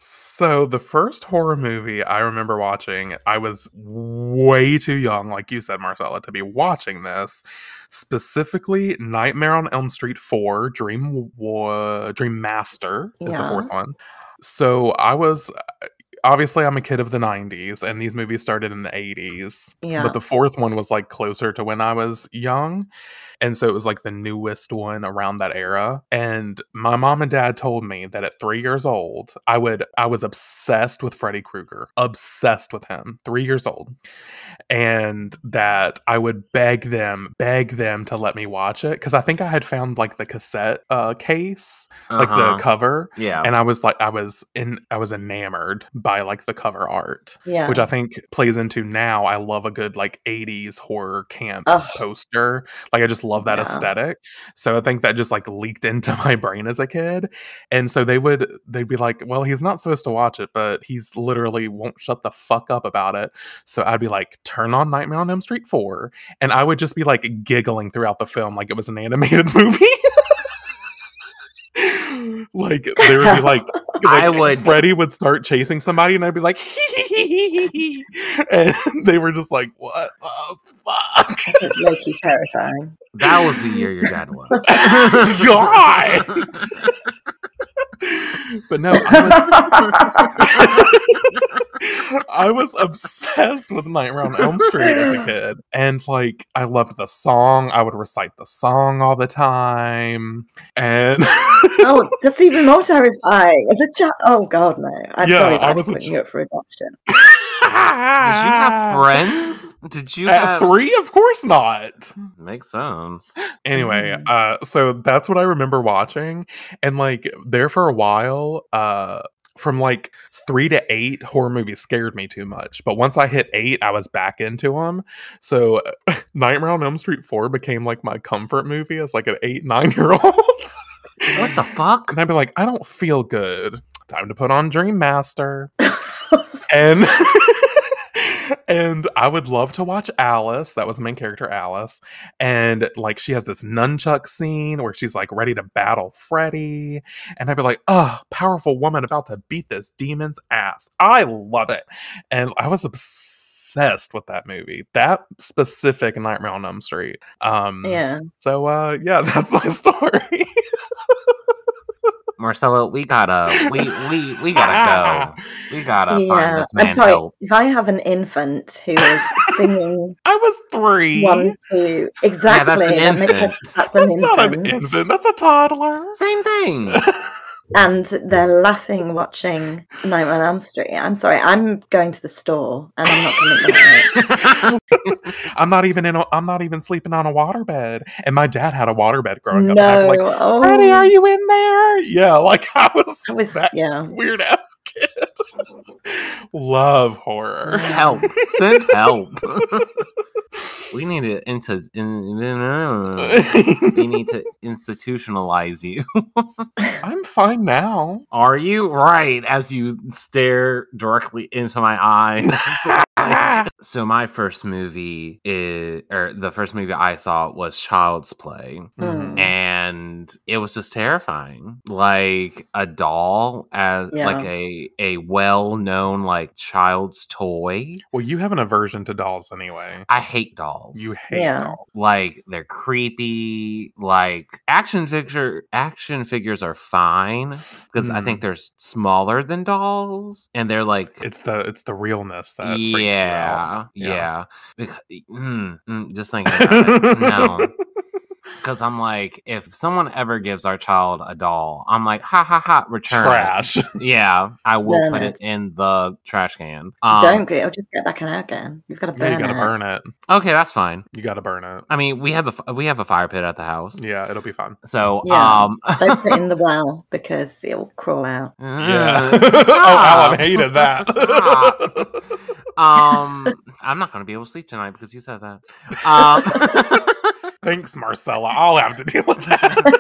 S3: So the first horror movie I remember watching, I was way too young, like you said, Marcella, to be watching this. Specifically, Nightmare on Elm Street Four, Dream Wa- Dream Master is the
S2: Yeah.
S3: fourth one. So I was obviously I'm a kid of the '90s, and these movies started in the '80s.
S2: Yeah.
S3: But the fourth one was like closer to when I was young. And so it was like the newest one around that era. And my mom and dad told me that at three years old, I would I was obsessed with Freddy Krueger, obsessed with him, three years old. And that I would beg them, beg them to let me watch it. Cause I think I had found like the cassette uh case, like
S1: Uh-huh.
S3: the cover.
S2: Oh.
S1: yeah.
S3: And I was like I was in I was enamored by like the cover art
S2: yeah.
S3: which I think plays into now. I love a good like 80s horror camp
S2: Ugh.
S3: poster. Like I just love that
S2: Yeah.
S3: aesthetic. So I think that just like leaked into my brain as a kid. And so they would they'd be like, "Well, he's not supposed to watch it, but he's literally won't shut the fuck up about it." So I'd be like, "Turn on Nightmare on Elm Street 4." And I would just be like giggling throughout the film like it was an animated movie. like there would be like
S1: I
S3: like,
S1: would-
S3: Freddie would start chasing somebody, and I'd be like, and they were just like, "What the fuck,
S2: It's low-key terrifying.
S1: that was the year your dad was.
S3: God!" but no, I was, I was obsessed with Nightmare on Elm Street as a kid, and like I loved the song. I would recite the song all the time, and.
S2: oh, that's even more terrifying. As a child, oh god, no. I'm
S3: Yeah,
S2: sorry,
S3: I
S2: that I was
S3: was a
S2: putting
S3: chi-
S2: you up for adoption.
S1: Did you have
S2: Ah.
S1: friends? Did you
S3: At
S1: have
S3: three, of course not.
S1: Makes sense.
S3: Anyway,
S1: Mm-hmm.
S2: Mhm.
S3: uh, so that's what I remember watching, and like there for a while, uh, from like three to eight, horror movies scared me too much. But once I hit eight, I was back into them. So Nightmare on Elm Street four became like my comfort movie as like an eight nine year old.
S1: What the fuck?
S3: And I'd be like, I don't feel good. Time to put on Dream Master and and I would love to watch Alice. That was the main character, Alice, and like she has this nunchuck scene where she's like ready to battle Freddy, and I'd be like, "Oh, powerful woman about to beat this demon's ass." I love it, and I was obsessed with that movie, that specific Nightmare on Elm Street. Um,
S2: yeah.
S3: So uh, yeah, that's my story.
S1: Marcelo, we gotta we we we gotta go. We gotta
S2: Yeah.
S1: find this man
S2: I'm sorry.
S1: help.
S2: If I have an infant who is singing
S3: I was three.
S2: one, two, exactly.
S1: an
S2: that makes
S1: infant.
S2: sense. That's an
S3: that's not an
S2: infant.
S3: infant. That's a toddler.
S1: Same thing.
S2: and they're laughing watching Nightmare on Elm Street. I'm sorry, I'm going to the store and I'm not going to it.
S3: I'm not even in. A, I'm not even sleeping on a waterbed. And my dad had a waterbed growing up. and I'd
S2: No,
S3: be like,
S2: oh,
S3: Freddie, are you in there? Yeah, like I was,
S2: I was,
S3: that
S2: yeah.
S3: weird ass kid. Love horror.
S1: help. Send help. we need to into in, we need to institutionalize you.
S3: I'm fine now.
S1: Are you right? As you stare directly into my eyes. so my first movie is, or the first movie I saw was Child's Play,
S3: Mm-hmm.
S2: Mm.
S1: and it was just terrifying. Like a doll, as like a a well known like child's toy.
S3: Well, you have an aversion to dolls anyway.
S1: I hate dolls
S3: You hate
S2: Yeah.
S3: dolls.
S1: like they're creepy like action figure action figures are fine because i think they're s- smaller than dolls and they're like
S3: Mm. It's the it's the realness that
S1: yeah,
S3: freaks you out.
S1: yeah
S3: Yeah.
S1: Becau- mm, mm, just thinking about it no because I'm like, if someone ever gives our child a doll, I'm like, ha ha ha, return. it.
S3: Trash.
S1: Yeah, I will
S2: Burn
S1: put
S2: it.
S1: it in the trash can. Um,
S2: Don't get. I'll just get back in our again. You've got to burn
S3: Yeah, you gotta
S2: it.
S3: burn it.
S1: Um, Okay, that's fine.
S3: You gotta burn it.
S1: I mean, we have a f- we have a fire pit at the house,
S3: Yeah, it'll be fun.
S1: so
S2: Yeah.
S1: um,
S2: Don't put it in the well because it will crawl out.
S3: Yeah.
S1: Ugh,
S3: oh, Alan
S1: stop.
S3: hated
S1: Stop.
S3: that.
S1: um, I'm not going to be able to sleep tonight because you said that. Um,
S3: Thanks, Marcella. I'll have to deal with that. I'm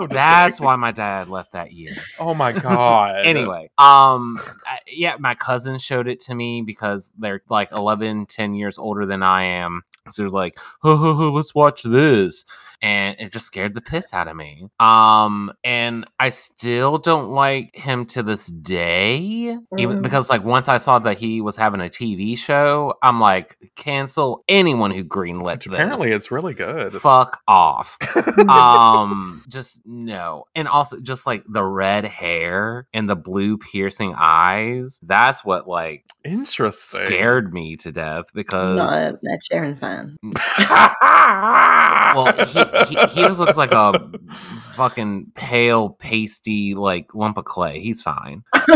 S3: just
S1: that's
S3: kidding.
S1: why my dad left that year.
S3: Oh my god.
S1: Anyway, um, I, yeah, my cousin showed it to me because they're like 11, 10 years older than I am. So they're like, ho, ho, ho, let's watch this. And it just scared the piss out of me. Um, and I still don't like him to this day, even
S2: Mm.
S1: because like once I saw that he was having a TV show, I'm like, cancel anyone who greenlit
S3: Which apparently
S1: this.
S3: it's really good.
S1: Fuck off.
S3: Uh,
S1: um just no and also just like the red hair and the blue piercing eyes that's what like
S3: Interesting.
S1: scared me to death
S2: I'm
S1: because
S2: not a Ed Sheeran fan.
S1: Mm, well
S3: well,
S1: he, he, he just looks like a fucking pale pasty like lump of clay he's fine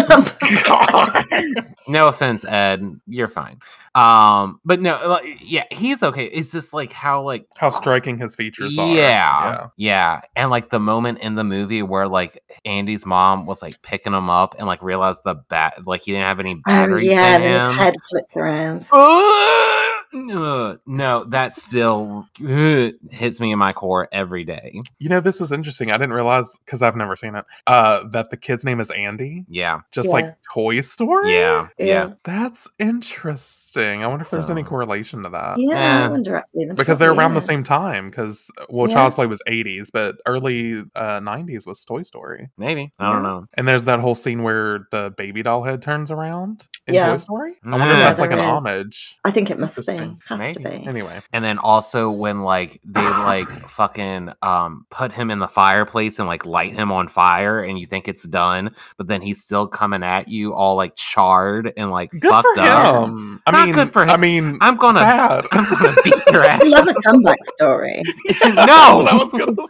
S1: no offense ed you're fine um but no like, yeah he's okay it's just like how like
S3: How striking his features
S1: yeah,
S3: are.
S1: yeah, And like the moment in the movie where like Andy's mom was like picking him up and like realized the bat, like he didn't have any
S2: Oh
S1: batteries
S2: yeah,
S1: in
S2: and
S1: him.
S2: his head flipped around.
S3: Oh,
S1: Ugh, no, that still ugh, hits me in my core every day.
S3: You know, this is interesting. I didn't realize because I've never seen it. Uh, that the kid's name is Andy,
S1: Yeah,
S3: just
S2: Yeah.
S3: like Toy Story.
S1: yeah, yeah.
S2: Yeah.
S3: That's interesting. I wonder if there's any
S1: So-
S3: correlation to that.
S2: Yeah,
S1: Yeah.
S2: I wonder actually. there
S3: Because they're
S2: probably
S3: around the
S2: is.
S3: same time. Because well,
S2: Yeah.
S3: Child's Play was '80s, but early uh, '90s was Toy Story.
S1: Maybe I don't
S2: Yeah.
S1: know.
S3: And there's that whole scene where the baby doll head turns around in
S2: Yeah.
S3: Toy Story. I wonder if
S1: Yeah,
S3: that's like
S2: there
S3: an
S2: is.
S3: homage.
S2: I think it must be.
S3: Interesting.
S2: Has
S1: Maybe.
S2: to be.
S3: Anyway,
S1: And then also when like they like fucking um put him in the fireplace and like light him on fire and you think it's done, but then he's still coming at you all like charred and like
S3: good
S1: fucked
S3: for
S1: up.
S3: him. Um, I
S1: Not
S3: mean,
S1: good for
S3: I
S1: him.
S3: mean,
S1: I'm gonna
S3: bad.
S1: I'm gonna beat your
S2: I
S1: ass.
S2: love a comeback story.
S3: Yeah, that's
S1: No!
S3: what I was gonna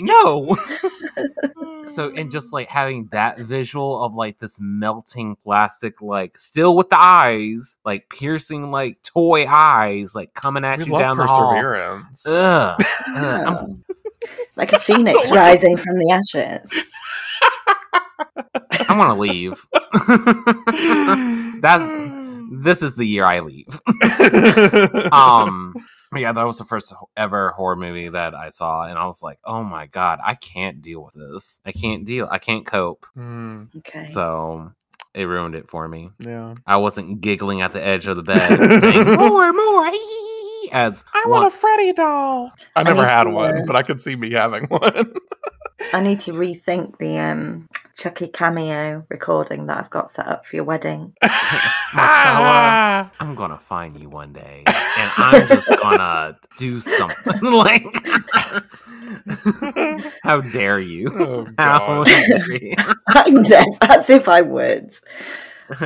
S1: No. So and just like having that visual of like this melting plastic, like still with the eyes, like piercing like toy eyes, like coming at
S3: we
S1: you
S3: love
S1: down the hall.
S3: perseverance.
S1: Ugh. Ugh. I'm
S2: Oh. like a phoenix
S3: Don't look at-
S2: rising from the ashes.
S1: I want to leave. this is the year I leave. Um, but yeah, that was the first ho- ever horror movie that I saw, and I was like, oh my god, I can't deal with this. I can't deal. I can't cope.
S3: Mm,
S2: Okay.
S1: So it ruined it for me.
S3: yeah,
S1: I wasn't giggling at the edge of the bed, saying more, more. ee," As
S3: I
S1: one-
S3: want a Freddy doll. I
S2: need
S3: never had
S2: to, uh,
S3: one, but I could see me having one.
S2: I need to rethink the um, Chucky cameo recording that I've got set up for your wedding.
S1: Marcella. I'm gonna find you one day, and I'm just gonna do something. like, how dare you?
S3: Oh,
S1: How
S3: God.
S1: dare you?
S2: And That's if I would.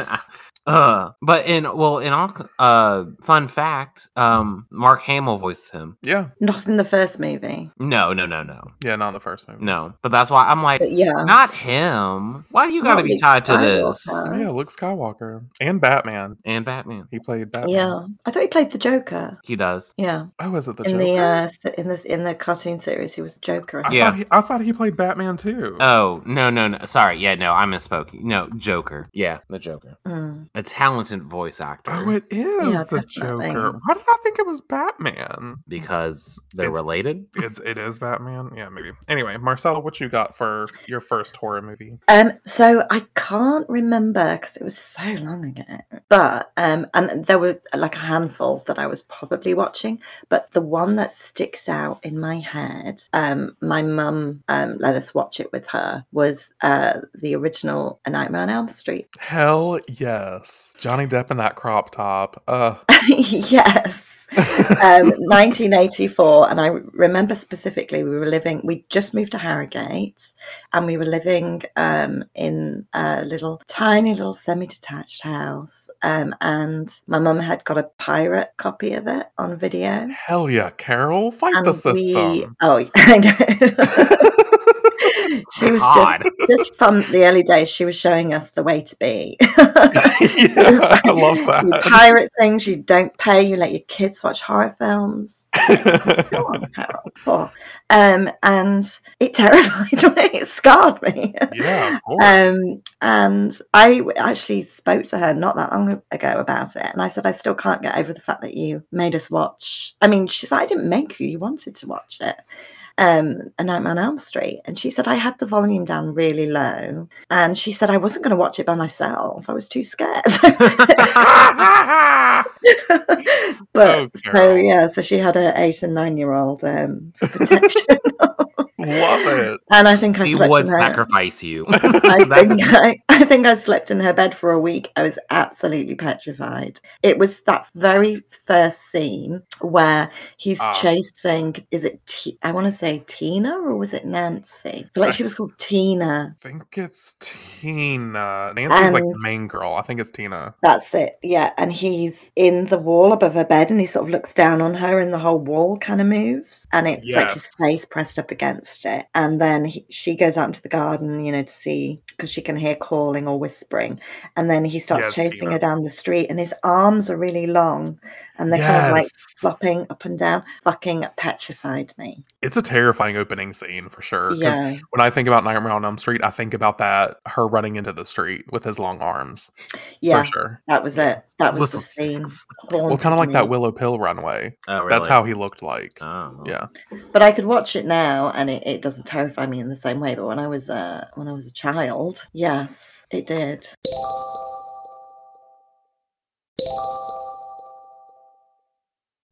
S1: uh, but in well, in all uh, fun fact, um, Mark Hamill voiced him.
S3: Yeah,
S2: Not in the first movie.
S1: No, no, no, no,
S3: yeah, not in the first movie.
S1: no. But that's why I'm like,
S2: But
S3: um,
S2: yeah.
S1: not him. Why do you got to
S2: not
S1: be
S2: Luke
S1: tied to this?
S2: Skywalker.
S3: Yeah, Luke Skywalker and Batman.
S1: And Batman,
S3: He played Batman.
S2: Yeah. I thought he played the Joker.
S1: he does.
S2: Yeah.
S3: Oh, is it the
S2: in
S3: Joker?
S2: the uh, s- in this in the cartoon series he was Joker. I
S3: I
S2: think.
S1: Yeah.
S3: Thought he, I thought he played Batman too.
S1: Oh no, no, no. Sorry, yeah, no, I misspoke. No, Joker. Yeah, the Joker.
S2: Mm.
S1: A talented voice actor.
S3: oh, it is
S2: Yeah,
S3: the
S2: definitely.
S3: Joker. Why did I think it was Batman?
S1: because they're
S3: It's-
S1: related.
S3: It's it is Batman. Yeah, maybe. Anyway, Marcella, what you got for your first horror movie?
S2: Um, so I can't remember because it was so long ago. But um, and there were like a handful that I was probably watching. But the one that sticks out in my head, um, my mum um, let us watch it with her was uh, the original A Nightmare on Elm Street.
S3: Hell yes, Johnny Depp in that crop top. Uh,
S2: yes. um, 1984, and I remember specifically we were living. We just moved to Harrogate, and we were living um, in a little tiny little semi-detached house. Um, and my mum had got a pirate copy of it on video.
S3: Hell yeah, Carol, fight the
S2: And we-
S3: system.
S2: oh, I know. she was
S1: God.
S2: just just from the early days. She was showing us the way to be.
S3: yeah, I love
S2: You
S3: that.
S2: pirate things. You don't pay. You let your kids watch horror films. Go on, Carol. Poor. Um, and it terrified me. It scarred me.
S3: yeah, of course.
S2: Um, and I w- actually spoke to her not that long ago about it, and I said I still can't get over the fact that you made us watch. I mean, she said I didn't make you; you wanted to watch it. Um, a Nightmare on Elm Street, and she said I had the volume down really low, and she said I wasn't going to watch it by myself. I was too scared. but
S3: Oh,
S2: so
S3: girl.
S2: yeah, so she had her eight and nine year old um, for protection,
S3: love
S2: and I think I
S1: we
S2: slept
S1: would
S2: in her.
S1: sacrifice you. Oh,
S2: I
S1: That-
S2: think I, I think I slept in her bed for a week. I was absolutely petrified. It was that very first scene where he's
S3: Ah.
S2: chasing. Is it? T- I want to say Tina or was it Nancy? I feel like she was called Tina.
S3: I think it's Tina. Nancy's like the
S2: And-
S3: main girl. I think it's Tina.
S2: That's it. Yeah, and he's in the wall above her bed, and he sort of looks down on her, and the whole wall kind of moves, and it's like his
S3: Yes.
S2: face pressed up against it. And then he, she goes out into the garden, you know, to see because she can hear calling or whispering. And then he starts
S3: Yes,
S2: chasing
S3: Tina.
S2: her down the street, and his arms are really long, and they're kind of like
S3: Yes.
S2: flopping up and down. Fucking petrified me.
S3: it's a terrifying opening scene for sure. 'cause
S2: Yeah.
S3: when I think about Nightmare on Elm Street, I think about that her running into the street with his long arms.
S2: Yeah.
S3: For sure.
S2: That was it. That was
S1: Whistle
S2: the scene.
S1: sticks.
S3: Well, kind of like
S2: Haunted
S3: that
S2: me.
S3: Willow Pill runway.
S1: Oh, really?
S3: That's how he looked like.
S1: Oh.
S3: Yeah.
S2: but I could watch it now, and it, it doesn't terrify me in the same way. But when I was uh, when I was a child, yes, it did.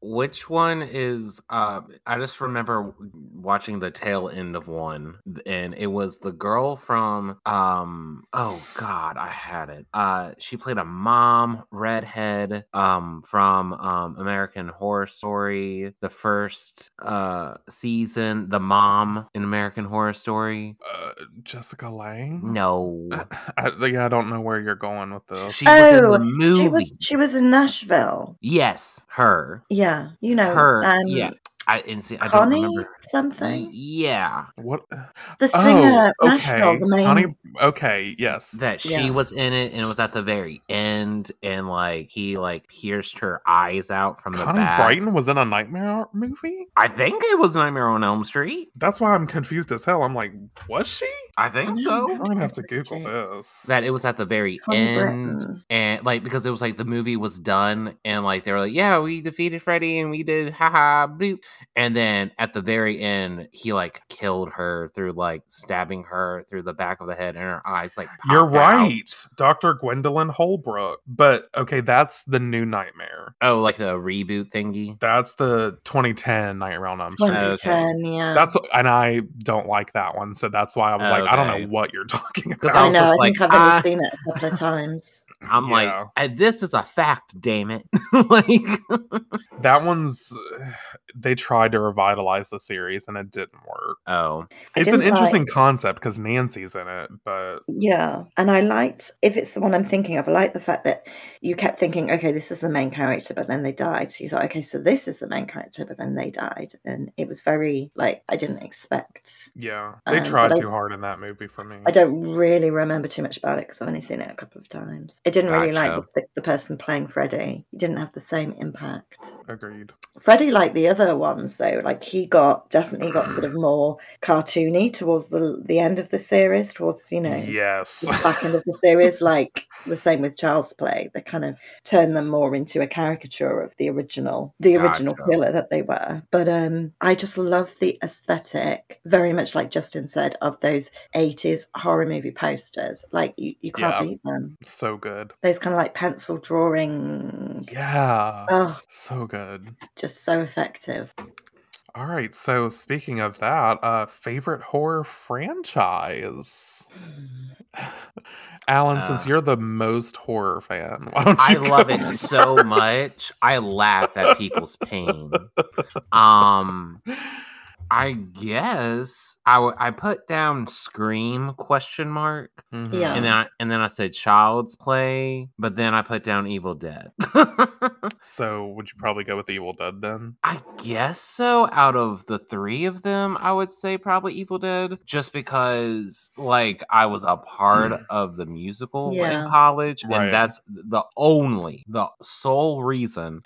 S1: Which one is? Uh, I just remember w- watching the tail end of one, and it was the girl from. Um. Oh God, I had it. Uh, she played a mom redhead. Um, from um American Horror Story, the first uh season, the mom in American Horror Story.
S3: Uh, Jessica
S2: Mm-hmm.
S3: Lange?
S1: No,
S3: I, yeah, I don't know where you're going with this.
S1: she was in
S2: Uh, Oh,
S1: the
S2: She
S1: movie.
S2: was she was in Nashville.
S1: yes, her.
S2: Yeah, you know
S1: her.
S2: Um,
S1: yeah. I and see. I don't
S2: Connie
S1: remember. Y-
S2: something.
S1: Yeah,
S3: what?
S2: The
S3: Oh,
S2: singer,
S3: okay.
S2: Nashville, the main.
S3: Honey, okay, yes.
S1: that she
S2: Yeah.
S1: was in it and it was at the very end and like he like pierced her eyes out from the
S3: Connie
S1: back.
S3: Brighton was in a Nightmare movie?
S1: I think it was Nightmare on Elm Street.
S3: That's why I'm confused as hell. I'm like, was she?
S1: I think
S2: don't
S1: so.
S3: I'm
S2: know.
S3: gonna have to Google this.
S1: That it was at the very
S2: Connie
S1: end
S2: Britton.
S1: and like because it was like the movie was done and like they were like, Yeah, we defeated Freddy and we did haha boop. And then at the very end, he like killed her through like stabbing her through the back of the head and her eyes like
S3: You're
S1: popped out.
S3: right, Dr. Gwendolyn Holbrook. But okay, that's the new nightmare.
S1: Oh, like the reboot thingy.
S3: That's the 2010 Nightmare on Elm Street.
S2: 2010, yeah.
S3: That's and I don't like that one, so that's why I was like, I don't
S1: Okay.
S3: know what you're talking
S1: I
S3: about.
S2: I
S1: was
S2: know. I
S1: just
S2: think
S1: like,
S2: I've only
S1: ah.
S2: seen it a couple of times.
S1: I'm
S3: Yeah.
S1: like, "Uh, this is a fact, damn it. like,
S3: That one's they tried to revitalize the series and it didn't work.
S1: oh,
S2: I
S3: It's an
S2: didn't
S3: interesting concept because Nancy's in it, but
S2: Yeah. And I liked, if it's the one I'm thinking of, I like the fact that you kept thinking, okay, this is the main character, but then they died. So you thought, okay, so this is the main character, but then they died. And it was very, like, I didn't expect.
S3: yeah, they
S2: Um, but
S3: tried
S2: I-
S3: too hard in that movie for me.
S2: I don't really remember too much about it because I've only seen it a couple of times. I didn't really like
S1: Gotcha.
S2: the, the person playing Freddy. He didn't have the same impact.
S3: Agreed.
S2: Freddy liked the other ones, so like he got definitely got sort of more cartoony towards the the end of the series, towards you know
S3: Yes.
S2: the back end of the series, like the same with Child's Play. They kind of turn them more into a caricature of the original, the original
S1: Gotcha.
S2: killer that they were. But um, I just love the aesthetic, very much like Justin said, of those '80s horror movie posters. Like you, you can't
S3: Yeah.
S2: beat them.
S3: so good.
S2: Those kind of like pencil drawing.
S3: Yeah.
S2: Oh,
S3: So good.
S2: just so effective.
S3: All right. So speaking of that, uh, favorite horror franchise.
S1: Mm.
S3: Alan, since
S1: Uh,
S3: you're the most horror fan, why don't
S1: I
S3: you
S1: love
S3: go
S1: it so
S3: first?
S1: much. I laugh at people's pain. Um, I guess I w- I put down scream question mark
S3: Mhm.
S2: Yeah.
S1: and then I, and then I said child's play, but then I put down Evil Dead.
S3: So would you probably go with Evil Dead then?
S1: I guess so. Out of the three of them, I would say probably Evil Dead, just because like I was a part of the musical
S2: Yeah.
S1: in college,
S3: Right.
S1: and that's the only, the sole reason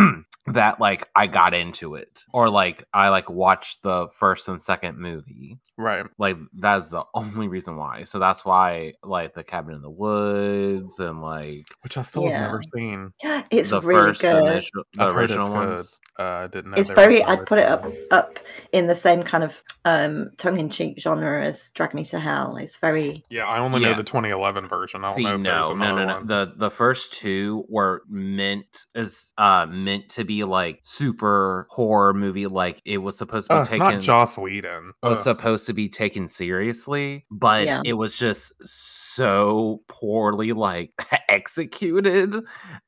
S1: that like I got into it, or like I like watched the first and second movie.
S3: Right.
S1: Like that's the only reason why. So that's why like the Cabin in the Woods and like
S3: Which I still have
S2: Yeah.
S3: never seen.
S2: Yeah, it's
S1: the
S2: really
S1: first
S2: good.
S1: initial, the
S3: I've heard
S1: original
S3: it's good.
S1: ones.
S3: Uh, I didn't know.
S2: It's
S3: they were
S2: very.
S3: the
S2: I'd put it up
S3: original.
S2: up in the same kind of um, tongue-in-cheek genre as Drag Me to Hell. It's very.
S3: Yeah, I only know
S1: Yeah.
S3: the 2011 version. I don't
S1: See,
S3: know
S1: no,
S3: if there's
S1: no,
S3: another
S1: no, no.
S3: one.
S1: The the first two were meant as uh meant to be like super horror movie. Like it was supposed to be
S3: Ugh,
S1: taken Oh,
S3: not Joss Whedon.
S1: was
S3: Ugh.
S1: supposed to be taken seriously, but
S2: Yeah.
S1: it was just so poorly like executed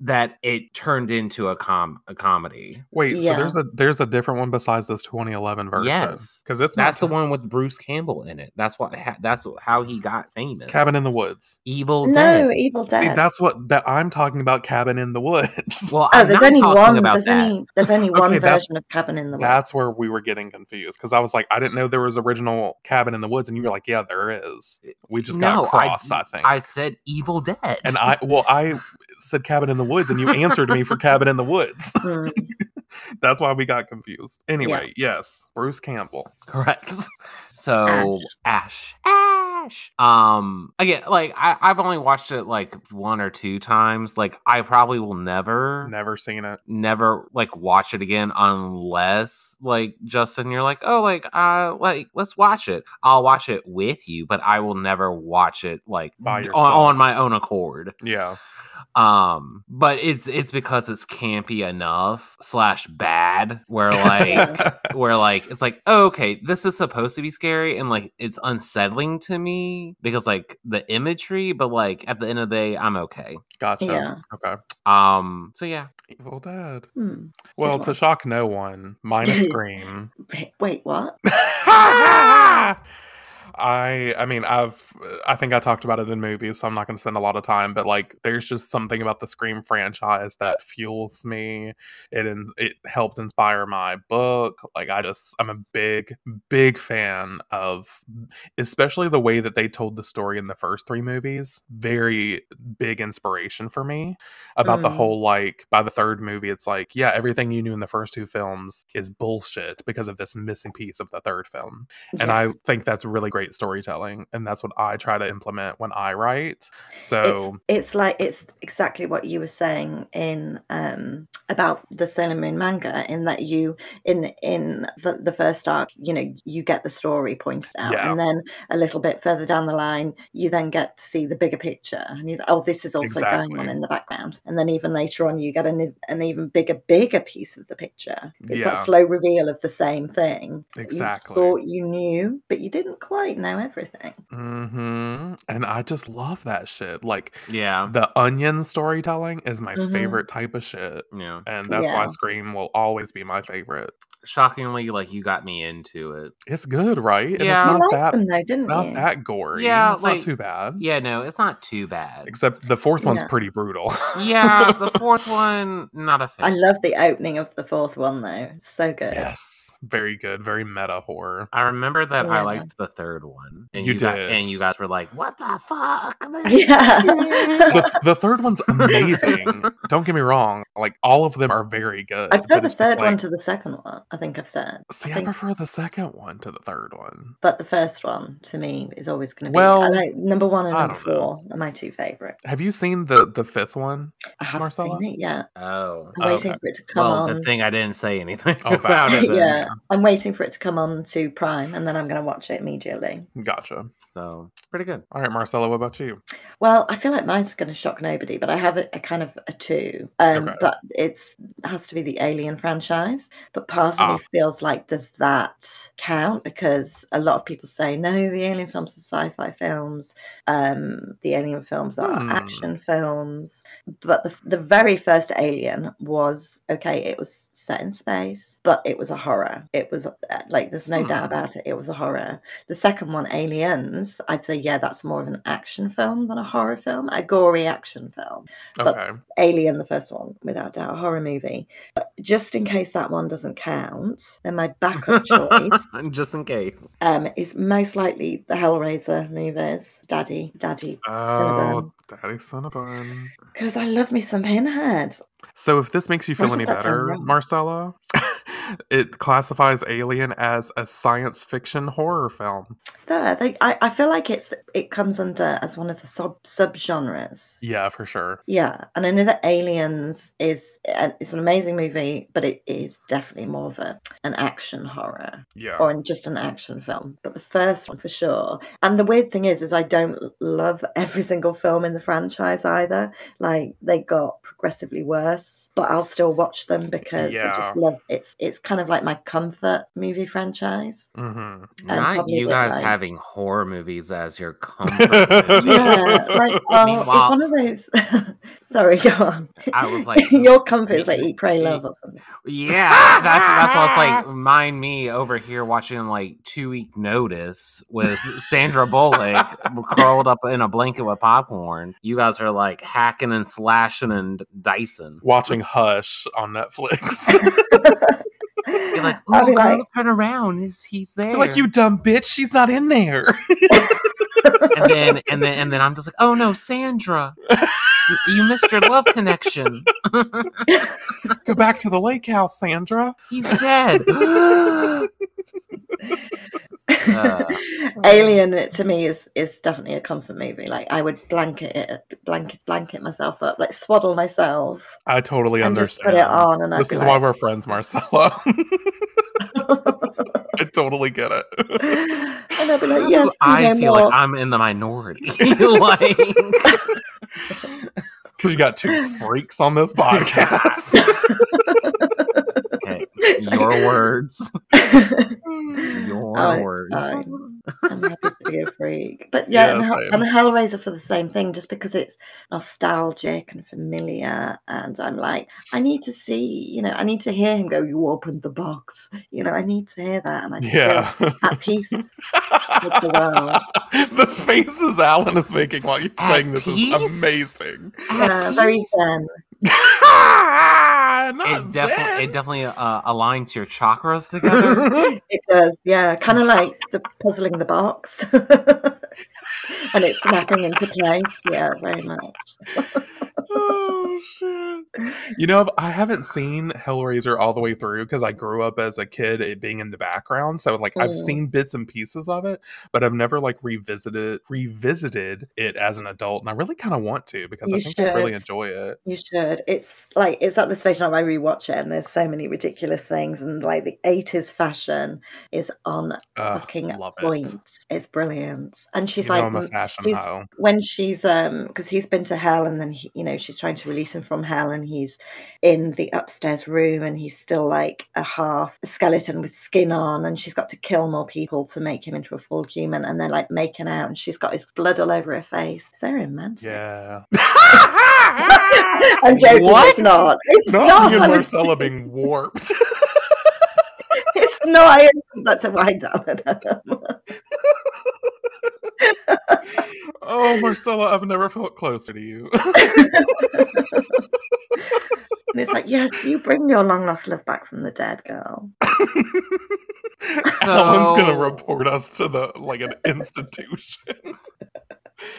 S1: that it turned into a com a comedy.
S3: Wait, so
S2: Yeah.
S3: there's a there's a different one besides this 2011 version.
S1: Yes.
S3: because it's not
S1: That's the
S3: Ca-
S1: one with Bruce Campbell in it. That's what ha- that's how he got famous.
S3: Cabin in the Woods.
S1: Evil Dead.
S2: No, Evil
S3: See,
S2: Dead.
S3: that's what that I'm talking about. Cabin in the Woods.
S1: Well,
S2: oh,
S1: I'm
S2: there's
S1: not
S2: only
S1: talking
S2: one.
S1: about
S2: There's
S1: that.
S2: only there's only one
S3: Okay, that's-
S2: version of Cabin in the Woods.
S3: that's where we were getting confused because I was like, I didn't know there was original Cabin in the Woods, and you were like, Yeah, there is. We just
S1: Eh, No,
S3: got
S1: I-
S3: crossed, I, think.
S1: I said Evil Dead.
S3: and I well, I said Cabin in the Woods, and you answered me for Cabin in the Woods.
S2: Mm.
S3: That's why we got confused. Anyway, yes, Bruce Campbell.
S1: Correct. So Ash. Ash. Um again, like I, I've only watched it like one or two times. Like I probably will never
S3: Never seen it.
S1: never like watch it again unless like Justin, you're like, oh like uh like let's watch it. I'll watch it with you, but I will never watch it like
S3: By
S1: d- on,
S3: yourself.
S1: on my own accord.
S3: Yeah.
S1: Um but it's it's because it's campy enough slash bad where like where like it's like oh, okay this is supposed to be scary and like it's unsettling to me because like the imagery but like at the end of the day i'm okay
S3: gotcha.
S2: Yeah.
S3: Okay.
S1: um so yeah
S3: Evil Dead.
S2: Hmm.
S3: Well,
S2: Good
S3: to
S2: one.
S3: shock no one, minus Scream.
S2: Wait- Wait, what?
S3: I I mean I've I think I talked about it in movies, so I'm not going to spend a lot of time. But like, there's just something about the Scream franchise that fuels me. It in, it helped inspire my book. Like I just I'm a big big fan of, especially the way that they told the story in the first three movies. Very big inspiration for me about the
S2: Mm.
S3: whole like by the third movie it's like yeah everything you knew in the first two films is bullshit because of this missing piece of the third film and i
S2: Yes.
S3: think that's really great storytelling and that's what i try to implement when i write
S2: it's,
S3: so
S2: it's like it's exactly what you were saying in um about the Sailor Moon manga in that you in in the, the first arc you know you get the story pointed out
S3: Yeah.
S2: and then a little bit further down the line you then get to see the bigger picture and you oh this is also going on
S3: Exactly.
S2: in the background and then even later on you get an, an even bigger bigger piece of the picture it's
S3: Yeah.
S2: that slow reveal of the same thing that
S3: Exactly.
S2: you thought you knew but you didn't quite know everything
S3: mhm, and i just love that shit like
S1: yeah
S3: the onion storytelling is my
S2: Mhm.
S3: favorite type of shit
S1: yeah
S3: and that's why
S2: Yeah.
S3: scream will always be my favorite
S1: shockingly like you got me into it
S3: it's good right and it's
S1: Yeah.
S2: you
S3: not
S2: liked
S3: that
S2: them though didn't
S3: not
S2: you
S3: that gory
S1: Yeah,
S3: it's
S1: like-
S3: not too bad
S1: yeah no it's not too bad
S3: Except the fourth one's
S2: Yeah.
S3: pretty brutal.
S1: yeah the fourth one not a fan
S2: I love the opening of the fourth one though. It's so good.
S3: yes. Very good. Very meta horror.
S1: I remember that I
S2: Yeah.
S1: liked the third one, and
S3: You
S1: you, got-
S3: did.
S1: and you guys were like, "What the fuck?" man?"
S2: Yeah.
S3: The, the third one's amazing. Don't get me wrong. Like all of them are very good.
S2: I
S3: but
S2: prefer the
S3: it's just
S2: third one
S3: like-
S2: to the second one. I think I've said,
S3: See, I
S2: think-
S3: prefer the second one to the third one.
S2: but the first one to me is always going to be
S3: Well,
S2: I like, number one and
S3: I
S2: number
S3: don't know.
S2: four are my two favorite.
S3: Have you seen the the fifth one?
S2: I haven't
S3: Marcella?
S2: seen it yet.
S1: Oh,
S2: I'm
S3: Oh,
S2: waiting
S3: okay.
S2: for it to come
S1: well,
S2: on.
S1: good thing I didn't say anything
S3: Oh,
S1: about it.
S3: valid.
S1: then.
S2: yeah, I'm waiting for it to come on to Prime, and then I'm going to watch it immediately.
S3: Gotcha.
S1: So pretty good.
S3: All right, Marcella, what about you?
S2: Well, I feel like mine's going to shock nobody, but I have a, a kind of a two. Um,
S3: Okay.
S2: But it's has to be the Alien franchise. But part of
S3: Ah.
S2: me feels like, does that count? Because a lot of people say, no, the Alien films are sci-fi films. Um, the Alien films are
S3: Hmm.
S2: action films. But the, the very first Alien was okay. It was set in space, but it was a horror. It was uh, like there's no doubt
S3: Hmm.
S2: about it. It was a horror. The second one, Aliens, I'd say, yeah, that's more of an action film than a horror film, a gory action film. But-
S3: Okay.
S2: Alien, the first one, without doubt, a horror movie. But just in case that one doesn't count, then my backup choice
S1: Just in case.
S2: um, is most likely the Hellraiser movies, Daddy, Daddy,
S3: Oh, Daddy Cinnabon.
S2: because I love me some Pinhead.
S3: So if this makes you
S2: Why
S3: feel any
S2: does that sound
S3: better,
S2: wrong?
S3: Marcella, it classifies Alien as a science fiction horror film.
S2: There, they, I, I feel like it's it comes under as one of the sub subgenres.
S3: Yeah, for sure.
S2: Yeah, and I know that Aliens is uh, it's an amazing movie, but it is definitely more of a, an action horror
S3: Yeah.
S2: or in just an action film. But the first one for sure. And the weird thing is, is I don't love every single film in the franchise either. Like they got progressively worse, but I'll still watch them because I
S3: Yeah.
S2: just love it's it's kind of like my comfort movie franchise.
S3: hmm
S1: Not
S2: probably
S1: you
S2: would
S1: guys
S2: like-
S1: having horror movies as your comfort. movies.
S2: Yeah, like well, it's
S1: Meanwhile-
S2: one of those. sorry, go on.
S1: I was like,
S2: your comfort is like
S1: y-
S2: eat, pray,
S1: y-
S2: love or something.
S1: Yeah, that's that's why it's like mind me over here watching like two week notice with Sandra Bullock curled up in a blanket with popcorn. You guys are like hacking and slashing and dicing.
S3: Watching Hush on Netflix.
S1: You're like,
S2: I'll
S1: oh
S2: be
S1: girl,
S2: like,
S1: turn around, is he's there?
S3: like you dumb bitch, she's not in there.
S1: and then and then and then I'm just like, oh no, Sandra, you- you missed your love connection.
S3: Go back to the lake house, Sandra.
S1: He's dead. Uh,
S2: Alien to me is is definitely a comfort movie. Like I would blanket it, blanket blanket myself up, like swaddle myself
S3: I totally
S2: and just put
S3: understand.
S2: it on, and I'd
S3: this
S2: be
S3: is why
S2: like,
S3: we're friends, Marcella. I totally get it.
S2: and I'd be
S1: How
S2: like,
S1: do
S2: yes, you
S1: I
S2: know
S1: feel
S2: more.
S1: like I'm in the minority. like
S3: Because you got two freaks on this podcast.
S1: Okay, your words. Your
S2: Oh, it's
S1: words.
S2: fine. I'm happy to be a freak. But yeah, and,
S3: Yeah,
S2: Hell-
S3: same.
S2: and Hellraiser for the same thing, just because it's nostalgic and familiar. And I'm like, I need to see, you know, I need to hear him go, You opened the box. You know, I need to hear that. And I feel
S3: yeah.
S2: at peace with the world.
S3: the faces Alan is making while you're
S1: At
S3: saying this
S1: peace?
S3: is amazing.
S2: Yeah, Uh, very zen.
S3: Not
S1: it definitely it
S3: Zen.
S1: definitely uh, aligns your chakras together.
S2: It does, yeah. Kind of like the puzzling the box. and it's snapping into place. Yeah, very much.
S3: oh shit! You know, I've- I haven't seen Hellraiser all the way through because I grew up as a kid it being in the background. So like, I've
S2: Mm.
S3: seen bits and pieces of it, but I've never like revisited revisited it as an adult, and I really kind of want to because I
S2: You
S3: think I really
S2: should.
S3: enjoy it.
S2: You should. It's like it's at the stage now where I rewatch it, and there's so many ridiculous things, and like the '80s fashion is on
S3: Ugh,
S2: fucking
S3: love
S2: point.
S3: it.
S2: It's brilliant, and she's
S3: you know,
S2: like
S3: I'm a
S2: mm,
S3: fashion
S2: she's-
S3: hoe.
S2: when she's um because he's been to hell, and then he, you know she's trying to release him from hell, and he's in the upstairs room, and he's still like a half skeleton with skin on, and she's got to kill more people to make him into a full human, and they're like making out, and she's got his blood all over her face. It's very romantic.
S3: Yeah.
S2: I'm joking.
S1: What?
S2: It's not. It's
S3: Not
S2: not.
S3: me and
S2: I was-
S3: Marcella being warped.
S2: It's not. I am that's a wind down.
S3: oh, Marcella, I've never felt closer to you.
S2: And it's like, yes, you bring your long lost love back from the dead, girl.
S3: Alan's gonna
S1: So-
S3: report us to the like an institution.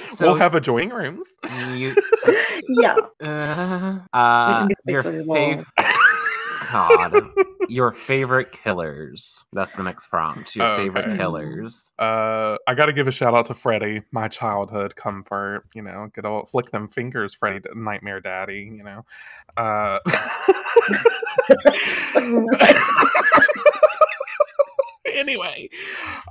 S1: So
S3: we'll have adjoining rooms.
S1: you
S2: Yeah.
S1: uh, uh,
S2: be
S1: your
S2: six on the wall.
S1: favorite God. Your favorite killers. That's the next prompt. Your
S3: Oh,
S1: favorite
S2: okay.
S1: killers.
S3: Uh, I gotta give a shout out to Freddy, my childhood comfort. You know, good old flick them fingers, Freddy D- Nightmare Daddy. You know, uh,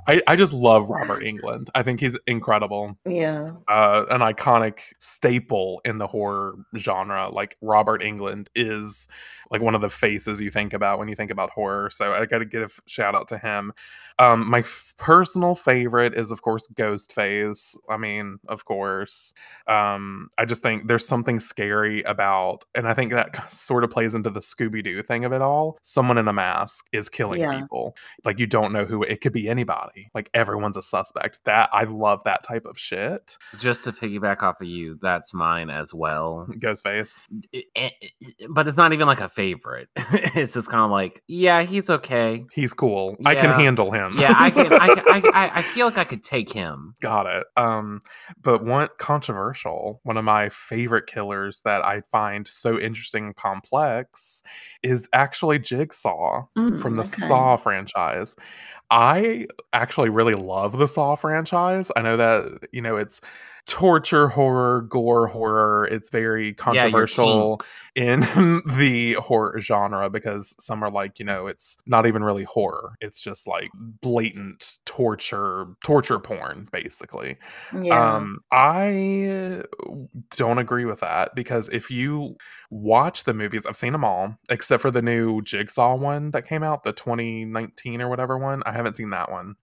S3: I, I just love Robert England. I think he's incredible.
S2: Yeah.
S3: Uh, an iconic staple in the horror genre. Like Robert England is like one of the faces you think about when you think about horror. So I got to give shout out to him. Um, my f- personal favorite is of course Ghostface. I mean, of course. Um, I just think there's something scary about, and I think that sort of plays into the Scooby Doo thing of it all. Someone in a mask is killing
S2: Yeah.
S3: people. Like you don't know who it could be. Anybody. Like everyone's a suspect. That I love that type of shit.
S1: Just to piggyback off of you, that's mine as well.
S3: Ghostface.
S1: It- it- it- but it's not even like a favorite. it's just kind of like, yeah, he's okay.
S3: He's cool. I can
S1: Yeah.
S3: handle him.
S1: Yeah, I can. I, can- I, I, I feel like I could take him.
S3: Got it. Um, but one controversial, one of my favorite killers that I find so interesting and complex is actually Jigsaw
S1: Hmm,
S2: Mm,
S3: from the Saw franchise. I actually really love the Saw franchise. I know that, you know, it's torture horror, gore horror. It's very
S1: Yeah, your
S3: controversial
S1: kinks.
S3: in the horror genre because some are like, you know, it's not even really horror. It's just like blatant torture, torture porn, basically.
S2: Yeah.
S3: Um, I don't agree with that because if you watch the movies, I've seen them all except for the new Jigsaw one that came out, the 2019 or whatever one. I haven't seen that one.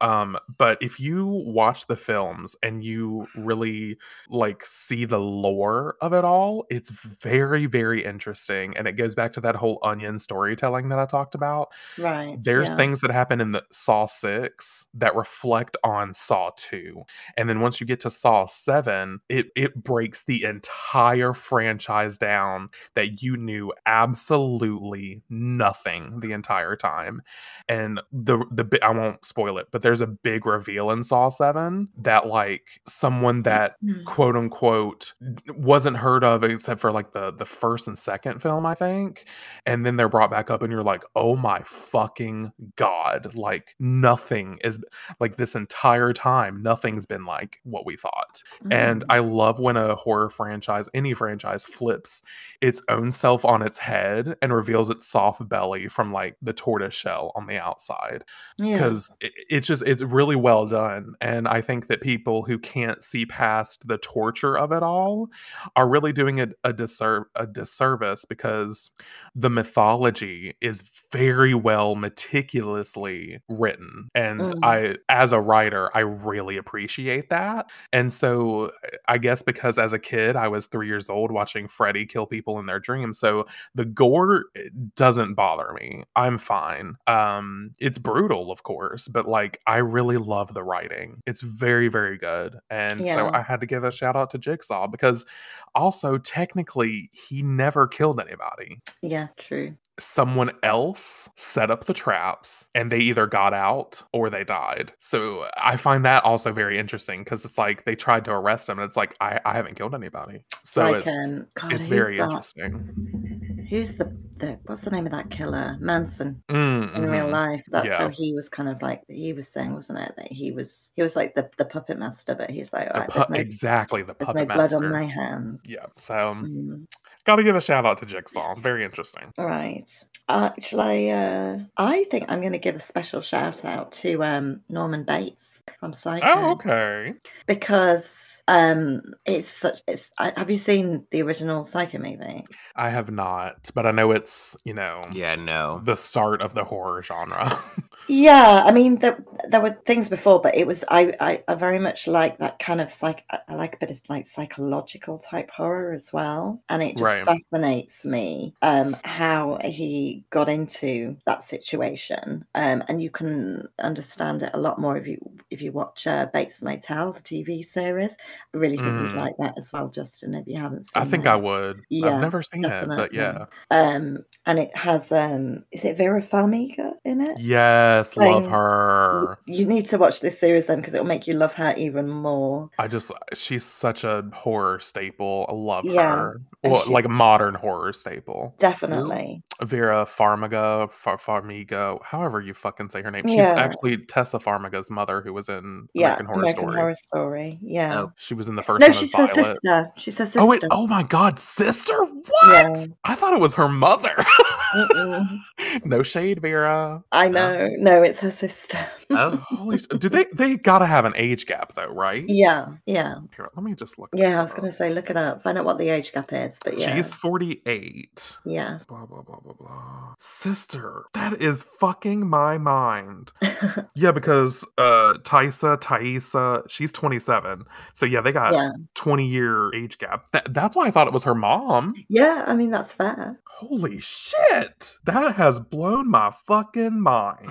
S3: Um, but if you watch the films and you really like see the lore of it all, it's very, very interesting. And it goes back to that whole onion storytelling that I talked about
S2: right.
S3: there's
S2: yeah.
S3: things that happen in the saw 6 that reflect on saw 2 and then once you get to saw 7 it it breaks the entire franchise down that you knew absolutely nothing the entire time and the the bi- I won't spoil it but there's a big reveal in saw 7 that like someone that
S2: Mm.
S3: quote unquote wasn't heard of except for like the the first and second film i think and then they're brought back up and you're like oh my fucking god like nothing is like this entire time nothing's been like what we thought and uh,
S2: Mm.
S3: i love when a horror franchise any franchise flips its own self on its head and reveals its soft belly from like the tortoise shell on the outside
S2: yeah.
S3: because it's just it's really well done and i think that people who can't see past the torture of it all are really doing it a, disser- a disservice because the mythology is very well meticulously written and
S2: Mm.
S3: i as a writer i really appreciate that and so i guess because as a kid i was three years old watching freddy kill people in their dreams so the gore eh, doesn't bother me i'm fine um it's brutal of course but like i really love the writing it's very very good and so
S2: Yeah.
S3: i had to give a shout out to jigsaw because also technically he never killed anybody
S2: Yeah. True.
S3: someone else set up the traps and they either got out or they died so i find that also very interesting because it's like they tried to arrest him and it's like i, I haven't killed anybody so
S2: like,
S3: it's
S2: um, God, who's
S3: it's very
S2: that?
S3: interesting
S2: Who's the, the what's the name of that killer? Manson.
S3: Mm,
S2: in real
S3: mhm.
S2: life. That's
S3: Yeah.
S2: how he was kind of like he was saying, wasn't it? That he was he was like the, the puppet master, but he's like,
S3: The
S2: all right,
S3: pu-
S2: there's no,
S3: exactly the
S2: there's
S3: puppet
S2: no blood
S3: master. Mm-hmm.
S2: on my hands.
S3: yeah, so
S2: Mm,
S3: got to give a shout out to Jigsaw. Very interesting.
S2: right. Actually, uh, I think I'm going to give a special shout out to um, Norman Bates from Psycho
S3: Oh, okay.
S2: because um, it's such. It's I, have you seen the original Psycho movie?
S3: I have not, but I know it's you know
S1: Yeah, no.
S3: the start of the horror genre.
S2: Yeah, I mean there there were things before, but it was I I, I very much like that kind of psych. I I like a bit of like psychological type horror as well, and it just
S3: Right.
S2: fascinates me um, how he got into that situation, um, and you can understand it a lot more if you if you watch uh, Bates Motel, the TV series. I really think
S3: Mm.
S2: you'd like that as well, Justin, if you haven't seen.
S3: I think
S2: it.
S3: I would.
S2: Yeah,
S3: I've never seen it, but
S2: definitely.
S3: yeah.
S2: Um, and it has um, is it Vera Farmiga in it?
S3: Yes, love
S2: Thing.
S3: her.
S2: You need to watch this series then because it will make you love her even more.
S3: I just she's such a horror staple. I love
S2: Yeah,
S3: her.
S2: and
S3: Well,
S2: she's-
S3: like modern horror staple.
S2: Definitely.
S3: Vera Farmiga, Far- Farmiga, however you fucking say her name. She's
S2: Yeah.
S3: actually Tessa Farmiga's mother, who was in
S2: Yeah.
S3: American Horror Story.
S2: Story, Yeah.
S1: Oh,
S3: She was in the first
S2: no,
S3: one
S2: she's
S3: as
S2: her
S3: Violet.
S2: sister. She's her sister.
S3: Oh wait! Oh my God, sister! What?
S2: Yeah.
S3: I thought it was her mother.
S2: Mm-mm.
S3: no shade, Vera.
S2: I know. No, it's her sister.
S1: Oh.
S3: Holy sh- do they they gotta have an age gap though, right?
S2: Yeah, yeah.
S3: Here, let me just look. this
S2: Yeah, I was
S3: up.
S2: going to say, look it up. Find out what the age gap is. But yeah.
S3: Oh. She's 48.
S2: Yeah.
S3: Blah blah blah blah blah. Sister, that is fucking my mind. Yeah, because uh Tysa, Thaisa, she's 27. So yeah, they got
S2: yeah.
S3: 20 year age gap. Th- that's why I thought it was her mom.
S2: Yeah. I mean, that's fair.
S3: Holy shit. That has blown my fucking mind.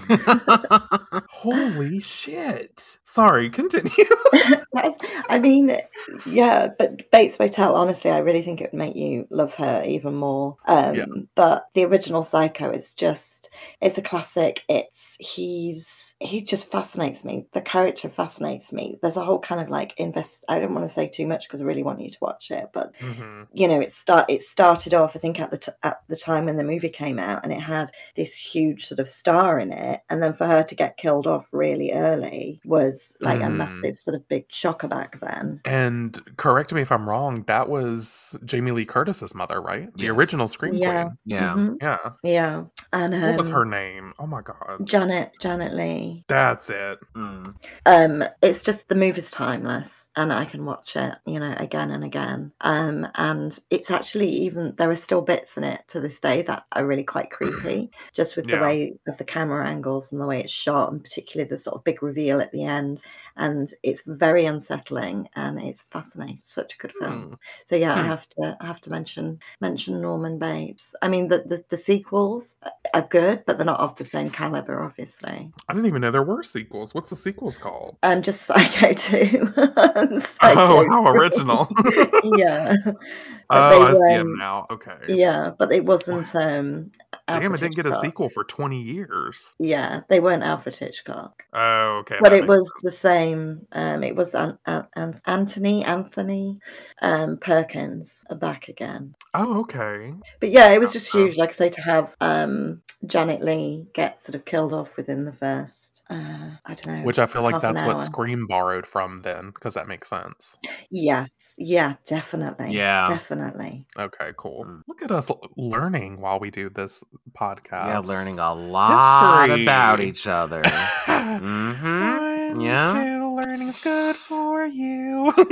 S3: Holy shit. Sorry, continue.
S2: That's, I mean, yeah, but Bates Motel, honestly, I really think it would make you love her even more. Um,
S3: Yeah.
S2: But the original Psycho is just, it's a classic. It's, he's, he just fascinates me. The character fascinates me. There's a whole kind of like invest. I don't want to say too much because I really want you to watch it, but
S3: Mhm.
S2: you know, it start it started off. I think at the t- at the time when the movie came out, and it had this huge sort of star in it, and then for her to get killed off really early was like a
S3: Mhm.
S2: massive sort of big shocker back then.
S3: And correct me if I'm wrong, that was Jamie Lee Curtis's mother, right? The
S1: Yes.
S3: original Scream
S2: Yeah.
S3: Queen.
S1: yeah.
S2: Mhm.
S3: Yeah.
S2: yeah. And um,
S3: What was her name? Oh my god.
S2: Janet Janet Lee.
S3: That's it.
S1: Mm.
S2: Um, it's just the movie's timeless, and I can watch it, you know, again and again. Um, and it's actually even there are still bits in it to this day that are really quite creepy, just with
S3: Yeah.
S2: the way of the camera angles and the way it's shot, and particularly the sort of big reveal at the end. And it's very unsettling, and it's fascinating. Such a good film.
S3: Hmm.
S2: So yeah, I
S3: Hmm.
S2: have to I have to mention mention Norman Bates. I mean, the the, the sequels uh, are good, but they're not of the same caliber, obviously.
S3: I didn't even know there were sequels. What's the sequels called?
S2: Um, just Psycho 2. And
S3: oh,
S2: Psycho
S3: how
S2: 3.
S3: original.
S2: yeah. But
S3: oh,
S2: they
S3: I see it
S2: weren't-
S3: now. Okay.
S2: Yeah, but it wasn't. Um,
S3: Damn,
S2: Alfred
S3: it didn't get a
S2: Hitchcock.
S3: sequel for 20 years.
S2: Yeah, they weren't Alfred Hitchcock.
S3: Oh, okay.
S2: But
S3: that
S2: it
S3: makes-
S2: was the same. Um, it was an, an, an Anthony Anthony um, Perkins back again.
S3: Oh, okay.
S2: But yeah, it was just
S3: Oh.
S2: huge. Like I say, to have um, Janet Lee get sort of killed off within the first. Uh, I don't know.
S3: Which I feel like
S2: half an
S3: that's what
S2: hour.
S3: Scream borrowed from then, because that makes sense.
S2: Yes. Yeah. Definitely.
S1: Yeah.
S2: Definitely.
S3: Okay, cool.
S1: Mm.
S3: Look at us l- learning while we do this podcast.
S1: Yeah, learning a lot
S3: History.
S1: about each other.
S3: One,
S1: mm-hmm. Yeah.
S3: two, learning's good for you.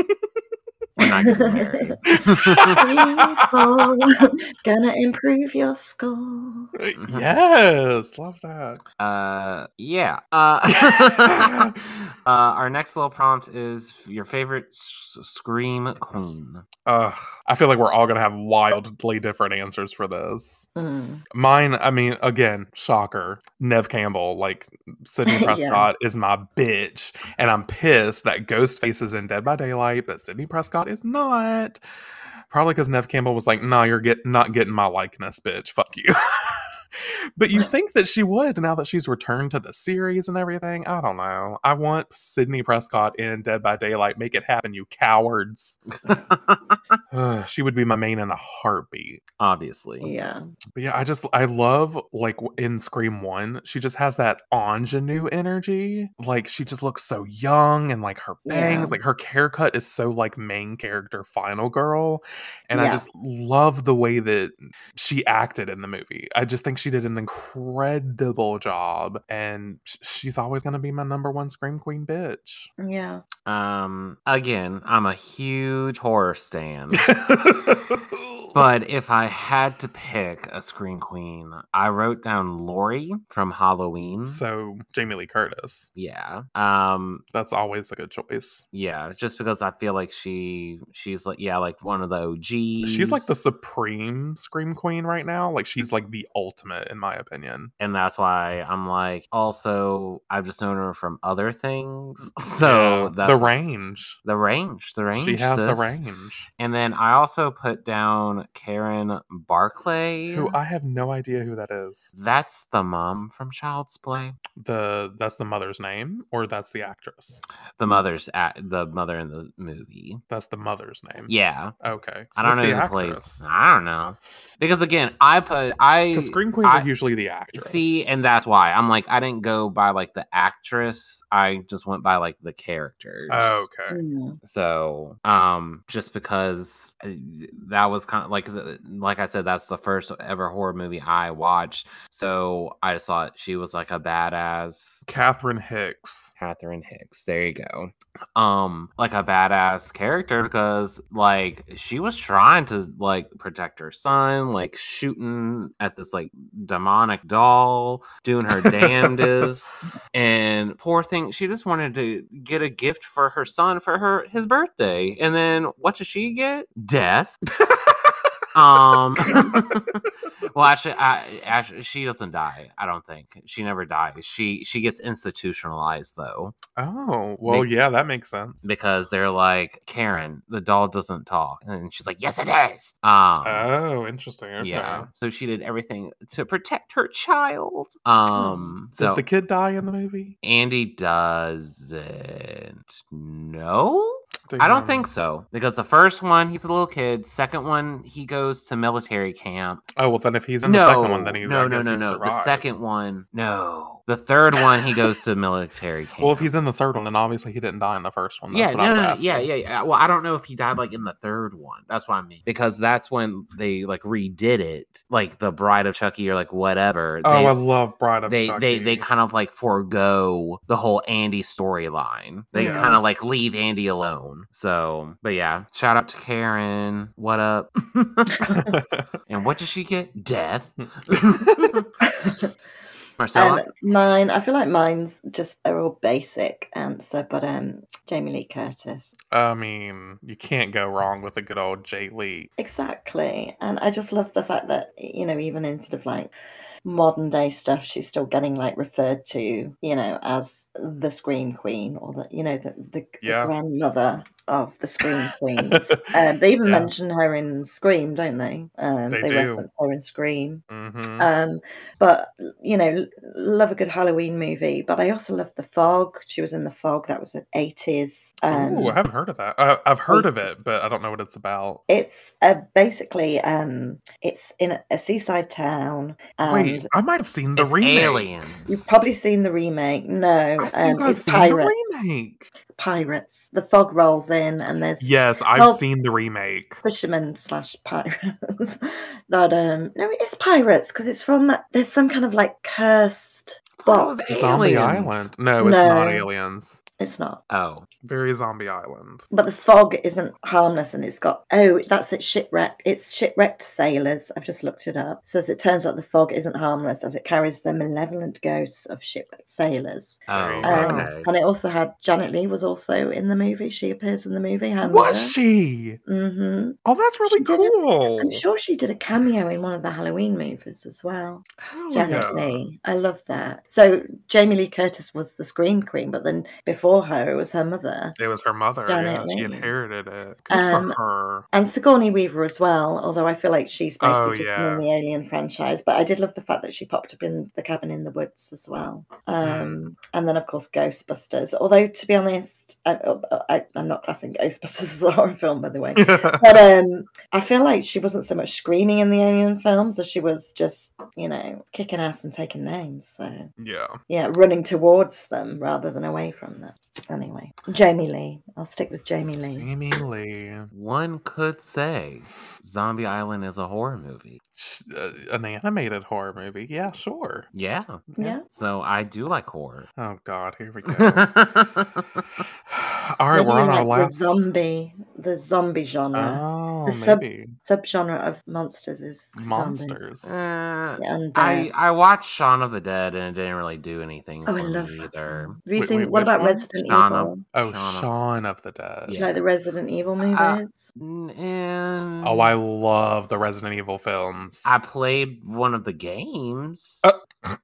S1: We're not getting married.
S2: People, gonna improve your score.
S1: Mm-hmm.
S3: yes, love that.
S1: Uh, yeah. Uh, uh, our next little prompt is f- your favorite s- scream queen.
S3: Ugh, I feel like we're all gonna have wildly different answers for this.
S2: Mm.
S3: Mine, I mean, again, shocker. Nev Campbell, like Sydney
S2: Yeah.
S3: Prescott is my bitch. And I'm pissed that Ghostface is in Dead by Daylight, but Sydney Prescott is not. Probably because Nev Campbell was like, nah, you're get- not getting my likeness, bitch. Fuck you. but you think that she would now that she's returned to the series and everything. I don't know. I want Sydney Prescott in Dead by Daylight. Make it happen, you cowards. Ugh, she would be my main in a heartbeat.
S1: Obviously.
S2: Yeah.
S3: But yeah, I just I love like w- in Scream One, she just has that ingenue energy. Like she just looks so young, and like her bangs,
S2: Yeah.
S3: like her haircut is so like main character final girl. And I
S2: Yeah.
S3: just love the way that she acted in the movie. I just think she did an incredible job, and sh- she's always gonna be my number one Scream Queen bitch.
S2: Yeah.
S1: Um. Again, I'm a huge horror stan. But if I had to pick a scream queen, I wrote down Lori from Halloween.
S3: so Jamie Lee Curtis,
S1: yeah. Um
S3: that's always a good choice.
S1: yeah, just because I feel like she she's like yeah, like one of the OGs.
S3: She's like the supreme scream queen right now. Like she's like the ultimate in my opinion.
S1: and that's why I'm like also I've just known her from other things. So
S3: Yeah,
S1: that's
S3: the range.
S1: the range, the range.
S3: She has the
S1: sis.
S3: range.
S1: And then I also put down Karen Barclay.
S3: Who I have no idea who that is.
S1: that's the mom from Child's Play.
S3: The that's the mother's name or that's the actress.
S1: The mother's at the mother in the movie.
S3: That's the mother's name.
S1: Yeah.
S3: Okay.
S1: I don't know
S3: that's
S1: who plays. I don't know. Because again, I put I
S3: Because scream queens
S1: I-
S3: are usually the actress.
S1: See, and that's why I'm like, I didn't go by like the actress. I just went by like the characters.
S3: okay.
S2: Mm.
S1: So, um, just because uh, that was kind of like, 'cause, uh, like I said, that's the first ever horror movie I watched. So I just thought she was like a badass
S3: Catherine Hicks.
S1: Catherine Hicks. There you go. Um, like a badass character because like she was trying to like protect her son, like shooting at this like demonic doll, doing her damnedest, and poor thing, she just wanted to get a gift for her son for her his birthday, and then what does she get? Death. um well actually I, actually she doesn't die i don't think she never dies she she gets institutionalized though
S3: Oh, well,
S1: They-
S3: yeah, that makes sense.
S1: because they're like karen the doll doesn't talk and she's like yes it is um
S3: Oh, interesting. Okay.
S1: yeah so she did everything to protect her child um
S3: Hmm. Does
S1: so
S3: the kid die in the movie?
S1: andy doesn't know I don't think so because the first one he's a little kid. Second one he goes to military camp.
S3: Oh well, then if he's in the second one, then he
S1: no
S3: I
S1: no
S3: guess
S1: no
S3: he
S1: no. The
S3: survives.
S1: second one no. The third one he goes to military camp.
S3: Well, if he's in the third one, then obviously he didn't die in the first one.
S1: yeah
S3: That's
S1: no,
S3: what I was
S1: no, no,
S3: asking.
S1: yeah yeah yeah. Well, I don't know if he died like in the third one. That's what I mean because that's when they like redid it, like the Bride of Chucky or like whatever.
S3: Oh,
S1: They-
S3: I love Bride of
S1: they
S3: Chucky.
S1: they they kind of like forego the whole Andy storyline. They kind
S3: Yes.
S1: of like leave Andy alone. So, but yeah, shout out to Karen. What up? and what does she get? Death. Marcella.
S2: Um, mine, I feel like mine's just a real basic answer, but um, Jamie Lee Curtis.
S3: I mean, you can't go wrong with a good old Jay Lee.
S2: Exactly. And I just love the fact that, you know, even in sort of like modern day stuff, she's still getting like referred to, you know, as the Scream Queen or the, you know, the, the,
S3: Yeah.
S2: the grandmother of the Scream Queens. um, they even
S3: Yeah.
S2: mention her in Scream, don't they? Um,
S3: They
S2: they
S3: do.
S2: reference her in Scream.
S3: hmm
S2: Um, but you know, l- love a good Halloween movie. But I also love The Fog. She was in The Fog. That was an eighties.
S3: Ooh, I
S2: Um,
S3: haven't heard of that. I, I've heard of
S2: wait.
S3: it, but I don't know what it's about.
S2: it's uh, basically um, it's in a, a seaside town, and
S3: Wait, I might have seen the
S1: it's
S3: remake.
S2: you've
S1: aliens.
S2: probably seen the remake. No,
S3: I think
S2: um,
S3: I've
S2: it's
S3: seen
S2: pirates.
S3: the remake.
S2: It's pirates. The fog rolls in, and there's
S3: Yes, I've
S2: Well-
S3: seen the remake.
S2: fishermen slash pirates. that um, no, it's pirates because it's from there's some kind of like cursed
S1: thought it was
S2: box.
S1: aliens.
S3: Zombie Island. No, it's not
S2: No.
S3: aliens.
S2: It's not.
S1: Oh,
S3: Very Zombie Island.
S2: But the fog isn't harmless, and it's got oh, that's it. Shipwreck. It's shipwrecked sailors. I've just looked it up. Says it turns out the fog isn't harmless as it carries the malevolent ghosts of shipwrecked sailors.
S1: oh,
S3: There you go.
S2: Um,
S1: okay.
S2: And it also had Janet Lee was also in the movie. She appears in the movie. uh,
S3: Was she?
S2: hmm
S3: Oh, that's really
S2: She did it.
S3: cool.
S2: I'm sure she did a cameo in one of the Halloween movies as well.
S3: Hell
S2: Janet
S3: yeah.
S2: Lee. I love that. So Jamie Lee Curtis was the Scream Queen, but then before her, it was her mother.
S3: It was her mother.
S2: Janet
S3: yeah, she
S2: Leigh.
S3: inherited it. Good
S2: Um,
S3: for her.
S2: and Sigourney Weaver as well. Although I feel like she's mostly
S3: Oh,
S2: just
S3: yeah.
S2: in the Alien franchise, but I did love the fact that she popped up in the cabin in the woods as well.
S3: Mm.
S2: Um, and then of course Ghostbusters. Although to be honest, I, uh, I, I'm not classing Ghostbusters as a horror film, by the way. But um, I feel like she wasn't so much screaming in the Alien films as she was just, you know, kicking ass and taking names. So
S3: yeah.
S2: yeah, running towards them rather than away from them. Anyway, Jamie Lee. I'll stick with Jamie Lee.
S3: Amy Lee.
S1: One could say Zombie Island is a horror movie.
S3: Sh- uh, an animated horror movie. Yeah, sure.
S1: Yeah.
S2: Yeah.
S1: So I do like horror.
S3: Oh God, here we go. All right,
S2: Maybe
S3: we're
S2: you
S3: on our
S2: like
S3: last.
S2: the zombie, the zombie genre.
S3: Oh,
S2: The sub-
S3: maybe
S2: Subgenre of monsters is zombies.
S3: monsters.
S1: Uh,
S2: And, uh,
S1: I I watched Shaun of the Dead and it didn't really do anything
S2: oh,
S1: for
S2: I love
S1: me
S2: that
S1: either.
S2: film. Have you
S3: Wait,
S2: seen
S3: wait,
S2: what
S3: which
S2: about
S3: one?
S2: Resident
S1: Shaun of-
S2: Evil?
S3: Oh,
S1: Shaun of-
S3: Shaun of the Dead.
S1: Yeah.
S2: Like the Resident Evil movies.
S1: Uh, Mm,
S2: Oh,
S3: Oh, I love the Resident Evil films.
S1: I played one of the games.
S3: Uh,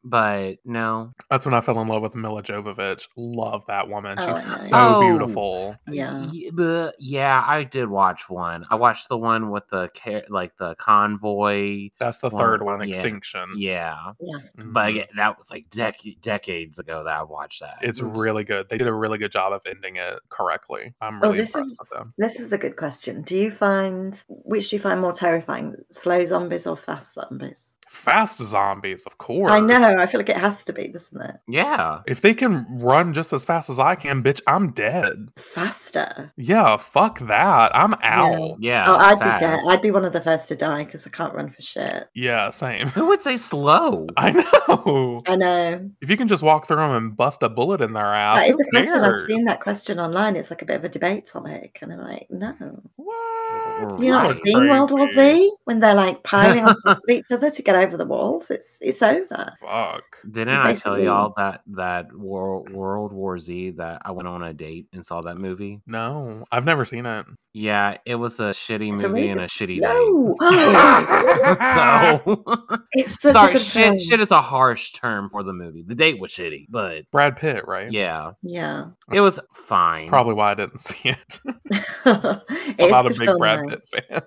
S1: but no.
S3: That's when I fell in love with Mila Jovovich. Love that woman.
S2: Oh,
S3: She's
S2: nice.
S3: so
S1: Oh.
S3: beautiful.
S2: Yeah.
S1: Y- bleh, yeah, I did watch one. I watched the one with the car- like the convoy.
S3: That's the
S1: Well,
S3: third one,
S1: yeah.
S2: Mm.
S3: Extinction.
S1: Yeah,
S2: Yes.
S3: Mhm.
S1: but aga- that was like dec- decades ago that I watched that.
S3: it's
S2: Mhm.
S3: really good. They did a really good job of ending it correctly. I'm
S2: Oh,
S3: really
S2: this
S3: impressed
S2: is-
S3: with them.
S2: This is a good question. Do you find which do you find more terrifying, slow zombies or fast zombies?
S3: Fast zombies, of course.
S2: I know. I feel like it has to be, doesn't it?
S1: yeah.
S3: If they can run just as fast as I can, bitch, I'm dead.
S2: Faster.
S3: Yeah, fuck that. I'm out.
S1: Yeah.
S2: oh, I'd be dead.
S1: fast.
S2: I'd be one of the first to die because I can't run for shit.
S3: Yeah, same.
S1: Who would say slow?
S3: I know.
S2: I know.
S3: If you can just walk through them and bust a bullet in their ass,
S2: That
S3: who
S2: is a question. I've
S3: cares?
S2: seen that question online. It's like a bit of a debate topic, and I'm like, no.
S3: What?
S2: You are not
S1: Right.
S2: seeing World War
S3: Oh, Crazy.
S2: Z when they're like piling on top of each other to get over the walls? It's it's over.
S3: Fuck.
S1: Didn't I tell
S2: Basically-
S1: y'all that that War, World War Z that I went on a date and saw that movie?
S3: No, I've never seen it.
S1: Yeah, it was a shitty
S2: It's a
S1: movie and
S2: reboot.
S1: a shitty
S2: No, oh,
S1: date. So
S2: it's such a
S1: sorry,
S2: good film.
S1: shit, shit is a harsh term for the movie. The date was shitty, but
S3: Brad Pitt, right?
S1: yeah,
S2: Yeah,
S1: it
S3: That's
S1: was fine.
S3: Probably why I didn't see it.
S2: It
S3: I'm
S2: is
S3: not a
S2: good
S3: big
S2: film,
S3: Brad
S2: though.
S3: Pitt fan.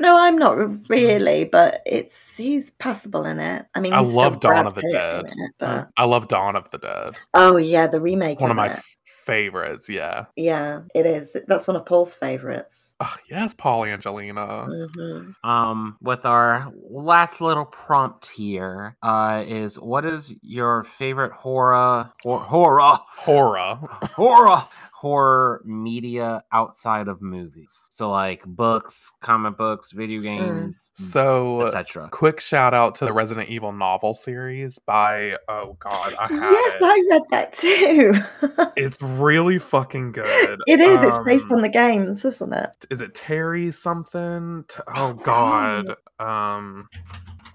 S2: No, I'm not re- really, but it's he's passable in it. I mean,
S3: I
S2: he's still
S3: love Dawn
S2: Brad
S3: of the
S2: Pitt in
S3: Dead.
S2: it, but
S3: I love Dawn of the Dead.
S2: oh yeah, the remake.
S3: One of
S2: of
S3: my
S2: it.
S3: f- favorites. Yeah.
S2: yeah, it is. That's one of Paul's favorites.
S3: Oh, yes, Paul Angelina.
S2: hmm
S1: um with our last little prompt here uh is what is your favorite horror hor- horror
S3: Horror.
S2: Mm.
S1: horror horror media outside of movies so like books comic books video games
S3: So, uh,
S1: etc
S3: quick shout out to the Resident Evil novel series by, oh God, I have
S2: Yes,
S3: it.
S2: I read that too.
S3: It's really fucking good.
S2: it is. it's based
S3: Um,
S2: on the games, isn't it?
S3: Is it Terry something? T- Oh
S2: don't
S3: God. Um,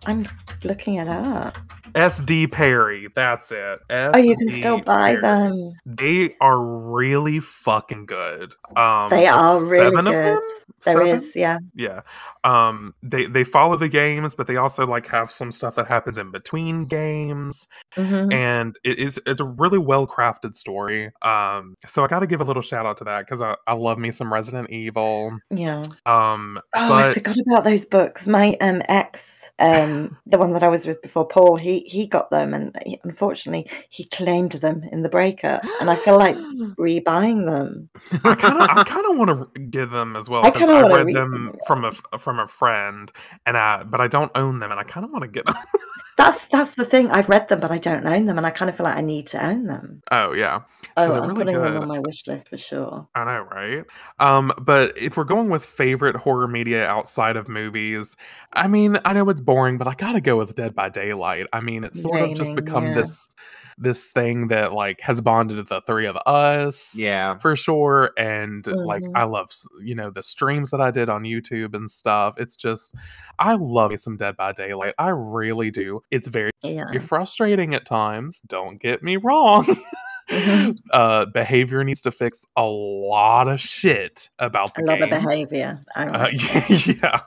S2: I'm looking it up.
S3: S.D. Perry. That's it.
S2: Oh, you can still
S3: SD
S2: buy
S3: Perry.
S2: them.
S3: They are really fucking good. Um,
S2: They
S3: there's
S2: are really
S3: seven of
S2: good.
S3: them.
S2: There
S3: Seven?
S2: is, yeah.
S3: yeah. Um, they they follow the games, but they also like have some stuff that happens in between games.
S2: Mhm.
S3: and it is it's a really well crafted story um so i gotta give a little shout out to that because I, I love me some resident evil
S2: Yeah.
S3: um
S2: Oh, I
S3: but
S2: forgot about those books. My um ex, um, the one that I was with before, Paul, he he got them, and he- unfortunately, he claimed them in the breakup, and I feel like rebuying them.
S3: i kind of i kind of want to get them as well
S2: I
S3: because
S2: kinda
S3: i,
S2: wanna
S3: read
S2: read
S3: them
S2: them.
S3: from a f- from a friend and i but i don't own them and i kind of want to get them
S2: That's that's the thing. I've read them, but I don't own them, and I kind of feel like I need to own them.
S3: oh yeah
S2: Oh,
S3: they're
S2: I'm
S3: really
S2: putting them
S3: good.
S2: on my wish list for sure.
S3: I know, right? Um, but if we're going with favorite horror media outside of movies, I mean, I know it's boring, but I gotta go with Dead by Daylight. I mean, it's sort of just
S2: Blaming,
S3: become
S2: yeah.
S3: this this thing that like has bonded the three of us.
S1: yeah
S3: For sure, and like
S2: Mhm.
S3: I love s- you know the streams that I did on YouTube and stuff. It's just I love me some Dead by Daylight. I really do. It's very
S2: Yeah.
S3: frustrating at times. Don't get me wrong.
S2: Mhm.
S3: uh, behavior needs to fix a lot of shit about
S2: I
S3: the
S2: love the
S3: game.
S2: behavior. I
S3: Uh,
S2: like
S3: yeah.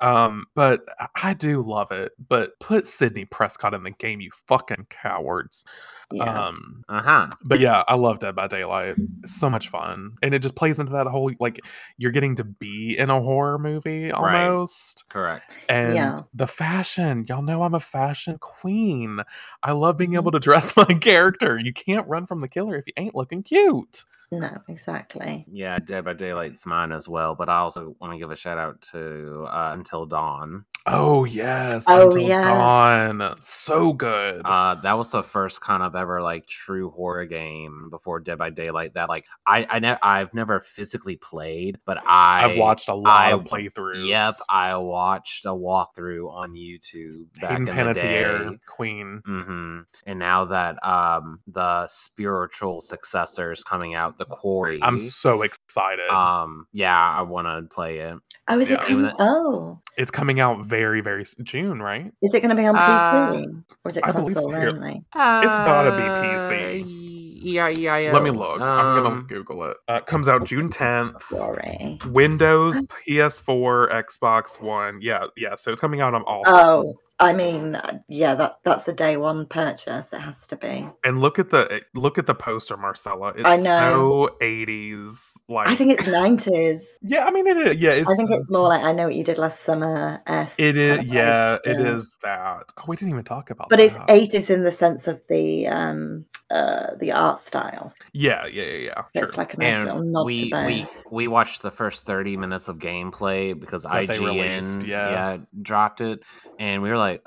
S3: Um, but I- I do love it. But put Sydney Prescott in the game, you fucking cowards.
S2: yeah.
S3: Um,
S1: uh-huh
S3: but yeah, I love Dead by Daylight. It's so much fun, and it just plays into that whole like you're getting to be in a horror movie
S1: Right.
S3: almost.
S1: correct
S3: And
S2: Yeah.
S3: the fashion, y'all know I'm a fashion queen. I love being able to dress my character. You can't run from the killer if you ain't looking cute.
S2: no, exactly.
S1: yeah dead by daylight's mine as well but i also want to give a shout out to uh, until dawn
S3: Oh yes,
S2: Oh,
S3: Until
S2: yes.
S3: Dawn, so good.
S1: Uh, that was the first kind of ever like true horror game before Dead by Daylight that like I I ne- I've never physically played, but I
S3: I've watched a lot
S1: I-
S3: of playthroughs.
S1: Yep, I watched a walkthrough on YouTube back
S3: Hayden
S1: in the day.
S3: Panettiere, Queen.
S1: hmm And now that um the spiritual successor is coming out, the quarry.
S3: I'm so excited.
S1: um yeah, I want to play it.
S2: Oh, is
S3: Yeah.
S2: it coming?
S1: Even-
S2: Oh,
S3: it's coming out very, very s- June, right?
S2: is it going to be on
S1: Uh,
S2: PC or is it
S3: I believe so.
S2: console
S3: Here-
S2: only?
S1: It's
S3: gotta be PC.
S1: E I E I O?
S3: Let me look. I'm gonna
S1: Um,
S3: Google it. Uh, it comes out June 10th.
S2: Sorry.
S3: Windows, PS4, Xbox One. Yeah, yeah. So it's coming out on all.
S2: Oh.
S3: systems.
S2: I mean, uh, yeah, that that's a day one purchase. It has to be.
S3: And look at the eh, look at the poster, Marcella. It's
S2: I know.
S3: so 80s. Like
S2: I think it's nineties.
S3: yeah. I mean, it is. Yeah, it's.
S2: I think it's more like I know what you did last summer.
S3: It is. Yeah, it
S2: yeah.
S3: is Uh-huh. that. Oh, we didn't even talk about.
S2: but
S3: that.
S2: it's eighties in the sense of the um uh the art style.
S3: Yeah, yeah, yeah, yeah.
S2: So
S3: Sure.
S2: It's like a nice little
S1: and
S2: nod
S1: we
S2: to both.
S1: we we watched the first 30 minutes of gameplay because
S3: That they
S1: IGN
S3: released, yeah.
S1: dropped it and we were like,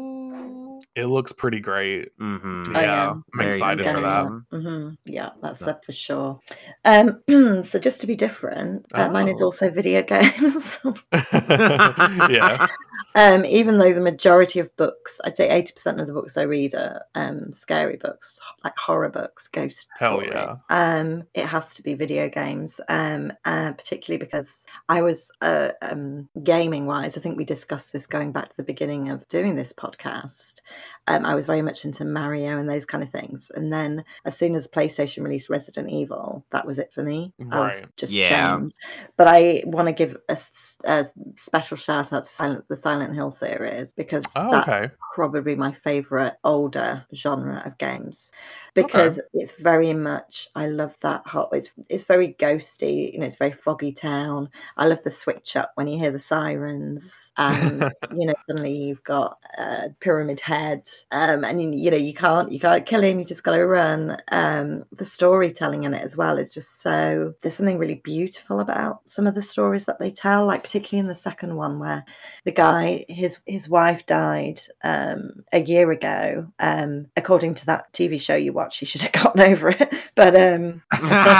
S1: "Oh."
S3: it looks pretty great.
S1: Mhm.
S2: I
S3: Yeah,
S2: am
S3: I'm
S1: very
S3: excited for
S1: scared.
S3: that.
S2: hmm Yeah, that's
S1: Yeah.
S2: it for sure. Um, so just to be different, uh, mine is
S3: Oh.
S2: also video games.
S3: yeah,
S2: um, even though the majority of books, I'd say eighty percent of the books I read are um, scary books, like horror books, ghost
S3: Hell
S2: stories.
S3: yeah.
S2: Um, it has to be video games, um, uh, particularly because I was uh, um, gaming wise. I think we discussed this going back to the beginning of doing this podcast. Um, I was very much into Mario and those kind of things, and then as soon as PlayStation released Resident Evil, that was it for me. I was
S3: Right.
S2: just
S1: Yeah.
S2: jammed. But I want to give a, s- a special shout out to Silent, the Silent Hill series because
S3: Oh,
S2: that's
S3: okay.
S2: probably my favorite older genre of games
S3: Okay.
S2: because it's very much I love that hot. It's it's very ghosty. You know, it's very foggy town. I love the switch up when you hear the sirens and you know suddenly you've got uh, pyramid head um and you, you know you can't you can't kill him you just gotta run um the storytelling in it as well is just so there's something really beautiful about some of the stories that they tell like particularly in the second one where the guy his his wife died um a year ago um according to that tv show you watch you should have gotten over it but um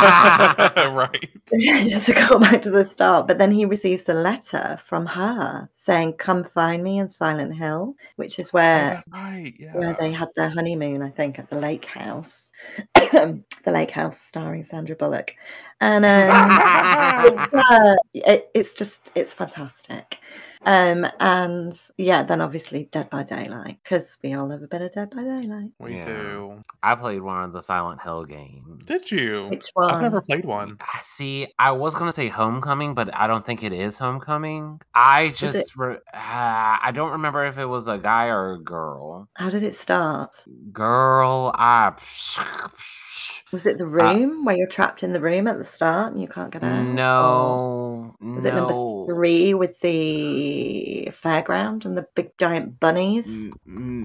S3: right.
S2: just to go back to the start. But then he receives the letter from her saying, "Come find me in Silent Hill," which is
S3: Oh,
S2: where
S3: that's right. Yeah.
S2: where Uh, they had their honeymoon, I think, at the lake house. the lake house, starring Sandra Bullock, and um, uh, it, it's just it's fantastic. Um, and yeah, then obviously Dead by Daylight because we all love a bit of Dead by Daylight.
S3: we
S1: Yeah.
S3: do.
S1: I played one of the Silent Hill games.
S3: Did you?
S2: Which one?
S3: I've never played one.
S1: Ah, See, I was gonna say Homecoming, but I don't think it is Homecoming. I
S2: it-
S1: just re- uh, I don't remember if it was a guy or a girl.
S2: How did it start?
S1: Girl, I
S2: Was it the room where you're trapped in the room at the start and you can't get out? Or-
S1: no,
S2: Was Uh, it
S1: no.
S2: number three with the fairground and the big giant bunnies?
S1: M- m-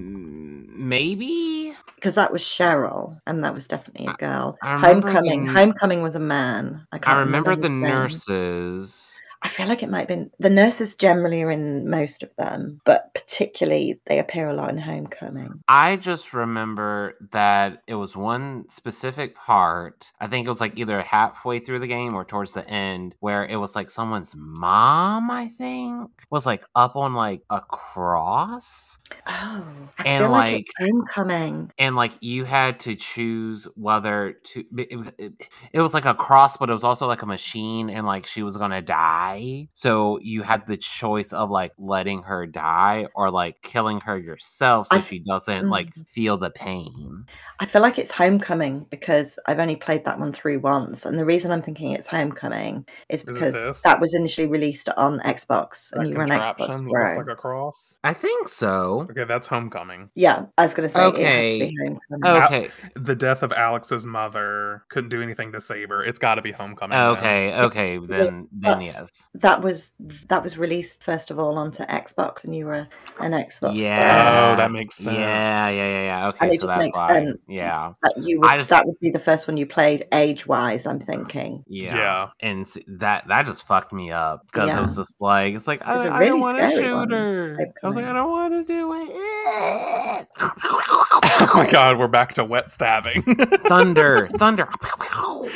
S1: mm, Maybe
S2: Because that was Cheryl, and that was definitely a
S1: I-
S2: girl.
S1: I remember the
S2: Homecoming.
S1: n-
S2: Homecoming was a man. I,
S1: I
S2: can't
S1: remember the
S2: his name.
S1: nurses.
S2: I feel like it might have been the nurses generally are in most of them, but particularly they appear a lot in Homecoming.
S1: I just remember that it was one specific part. I think it was like either halfway through the game or towards the end where it was like someone's mom, I think, was like up on like a cross.
S2: Oh, I
S1: And,
S2: feel like, it's Homecoming.
S1: And like you had to choose whether to, it, it- it- it was like a cross, but it was also like a machine and like she was gonna die. So you had the choice of like letting her die or like killing her yourself so
S2: I- Mm.
S1: she doesn't like feel the pain.
S2: I feel like it's Homecoming because I've only played that one through once, and the reason I'm thinking it's Homecoming is
S3: it
S2: because
S3: this?
S2: that was initially released on Xbox, and
S3: That
S2: you were an
S3: contraption
S2: Xbox
S3: that
S2: Pro.
S3: looks like a cross.
S1: I think so.
S3: Okay, that's Homecoming.
S2: Yeah, I was going to say it has to
S1: Okay. Oh.
S2: be Homecoming.
S3: Al-
S1: Okay.
S3: The death of Alex's mother couldn't do anything to save her. It's got to be Homecoming. then.
S1: Okay. Okay. Then. Then yes.
S2: That was that was released first of all onto Xbox, and you were an Xbox.
S1: Yeah.
S3: Oh, that makes sense.
S1: Yeah. Yeah. Yeah. Yeah.
S2: And
S1: Okay.
S2: it
S1: So
S2: just
S1: that's
S2: makes
S1: why.
S2: sense.
S1: Yeah.
S2: Pro. That you
S1: I
S2: would,
S1: just-
S2: that would be the first one you played age wise. I'm thinking.
S1: Yeah.
S3: Yeah.
S1: And s- that that just fucked me up because it was
S2: Yeah.
S1: just like it's like I,
S2: It's a
S1: I
S2: really
S1: don't want to
S2: scary
S1: shoot
S2: one,
S1: her. I was like I
S2: Homecoming.
S1: don't want to do it.
S3: Oh my god, we're back to wet stabbing.
S1: thunder! Thunder!
S3: God.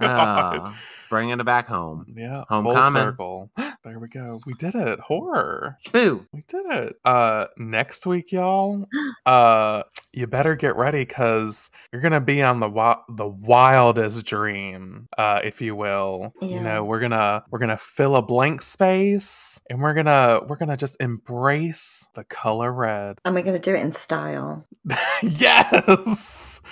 S1: Ah, bringing it back home.
S3: yeah, full
S1: Homecoming.
S3: circle. There we go. We did it. Horror.
S1: Boo!
S3: We did it. Uh next week, y'all, uh you better get ready cuz you're going to be on the wi- the wildest dream, uh if you will. You
S2: Yeah.
S3: know, we're going to we're going to fill a blank space and we're going to we're going to just embrace the color red.
S2: And we're going to do it in style.
S3: yes.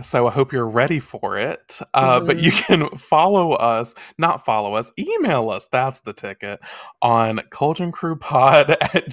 S3: So I hope you're ready for it. Uh, But you
S1: Mm-hmm.
S3: can follow us, not follow us, email us. That's the ticket on culturecrewpod at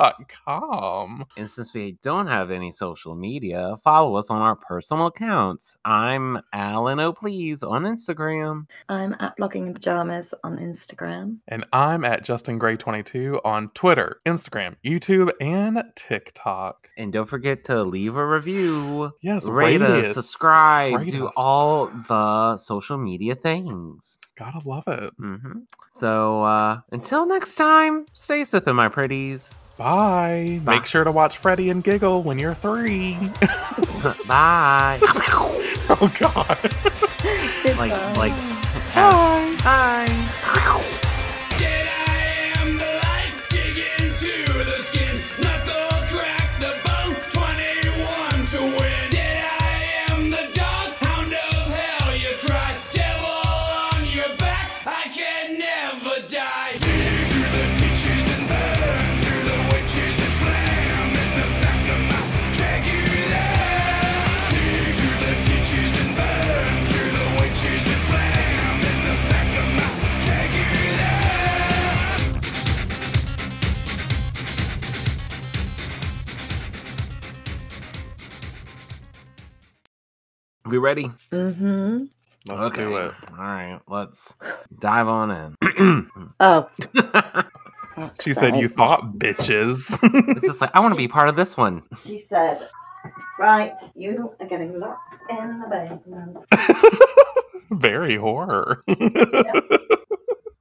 S3: gmail.com.
S1: And since we don't have any social media, follow us on our personal accounts. I'm Alan O'Please on Instagram.
S2: I'm at blogging in pajamas on Instagram.
S3: And I'm at Justin Gray 22 on Twitter, Instagram, YouTube, and TikTok.
S1: And don't forget to leave a review,
S3: Yes,
S1: rate us, subscribe,
S3: Rate
S1: do
S3: us.
S1: all the social media things.
S3: Gotta love it.
S1: hmm So uh, until next time, stay sipping, my pretties.
S3: Bye.
S1: Bye.
S3: Make sure to watch Freddy and Giggle when you're three.
S1: Bye.
S3: oh, God.
S1: like, like.
S3: Bye.
S1: Bye.
S4: Dead I am the life, dig into the skin, knuckle crack the bone, 21 to win. Dead I am the dog, hound of hell you cry, devil on your back, I can never die. Dig through the ditches and burn, through the witches and slam in the back of my drag you there. Dig through the ditches and burn, through the witches and slam in the back of my drag you there.
S1: We ready?
S2: Mm-hmm.
S3: Let's do it.
S1: All right, let's dive on
S2: Oh.
S1: in.
S2: fuck's
S3: She said,
S2: sake.
S3: You thought, bitches.
S1: It's just like I want to be part of this one.
S2: She said, right, you are getting locked in the basement.
S3: Very horror.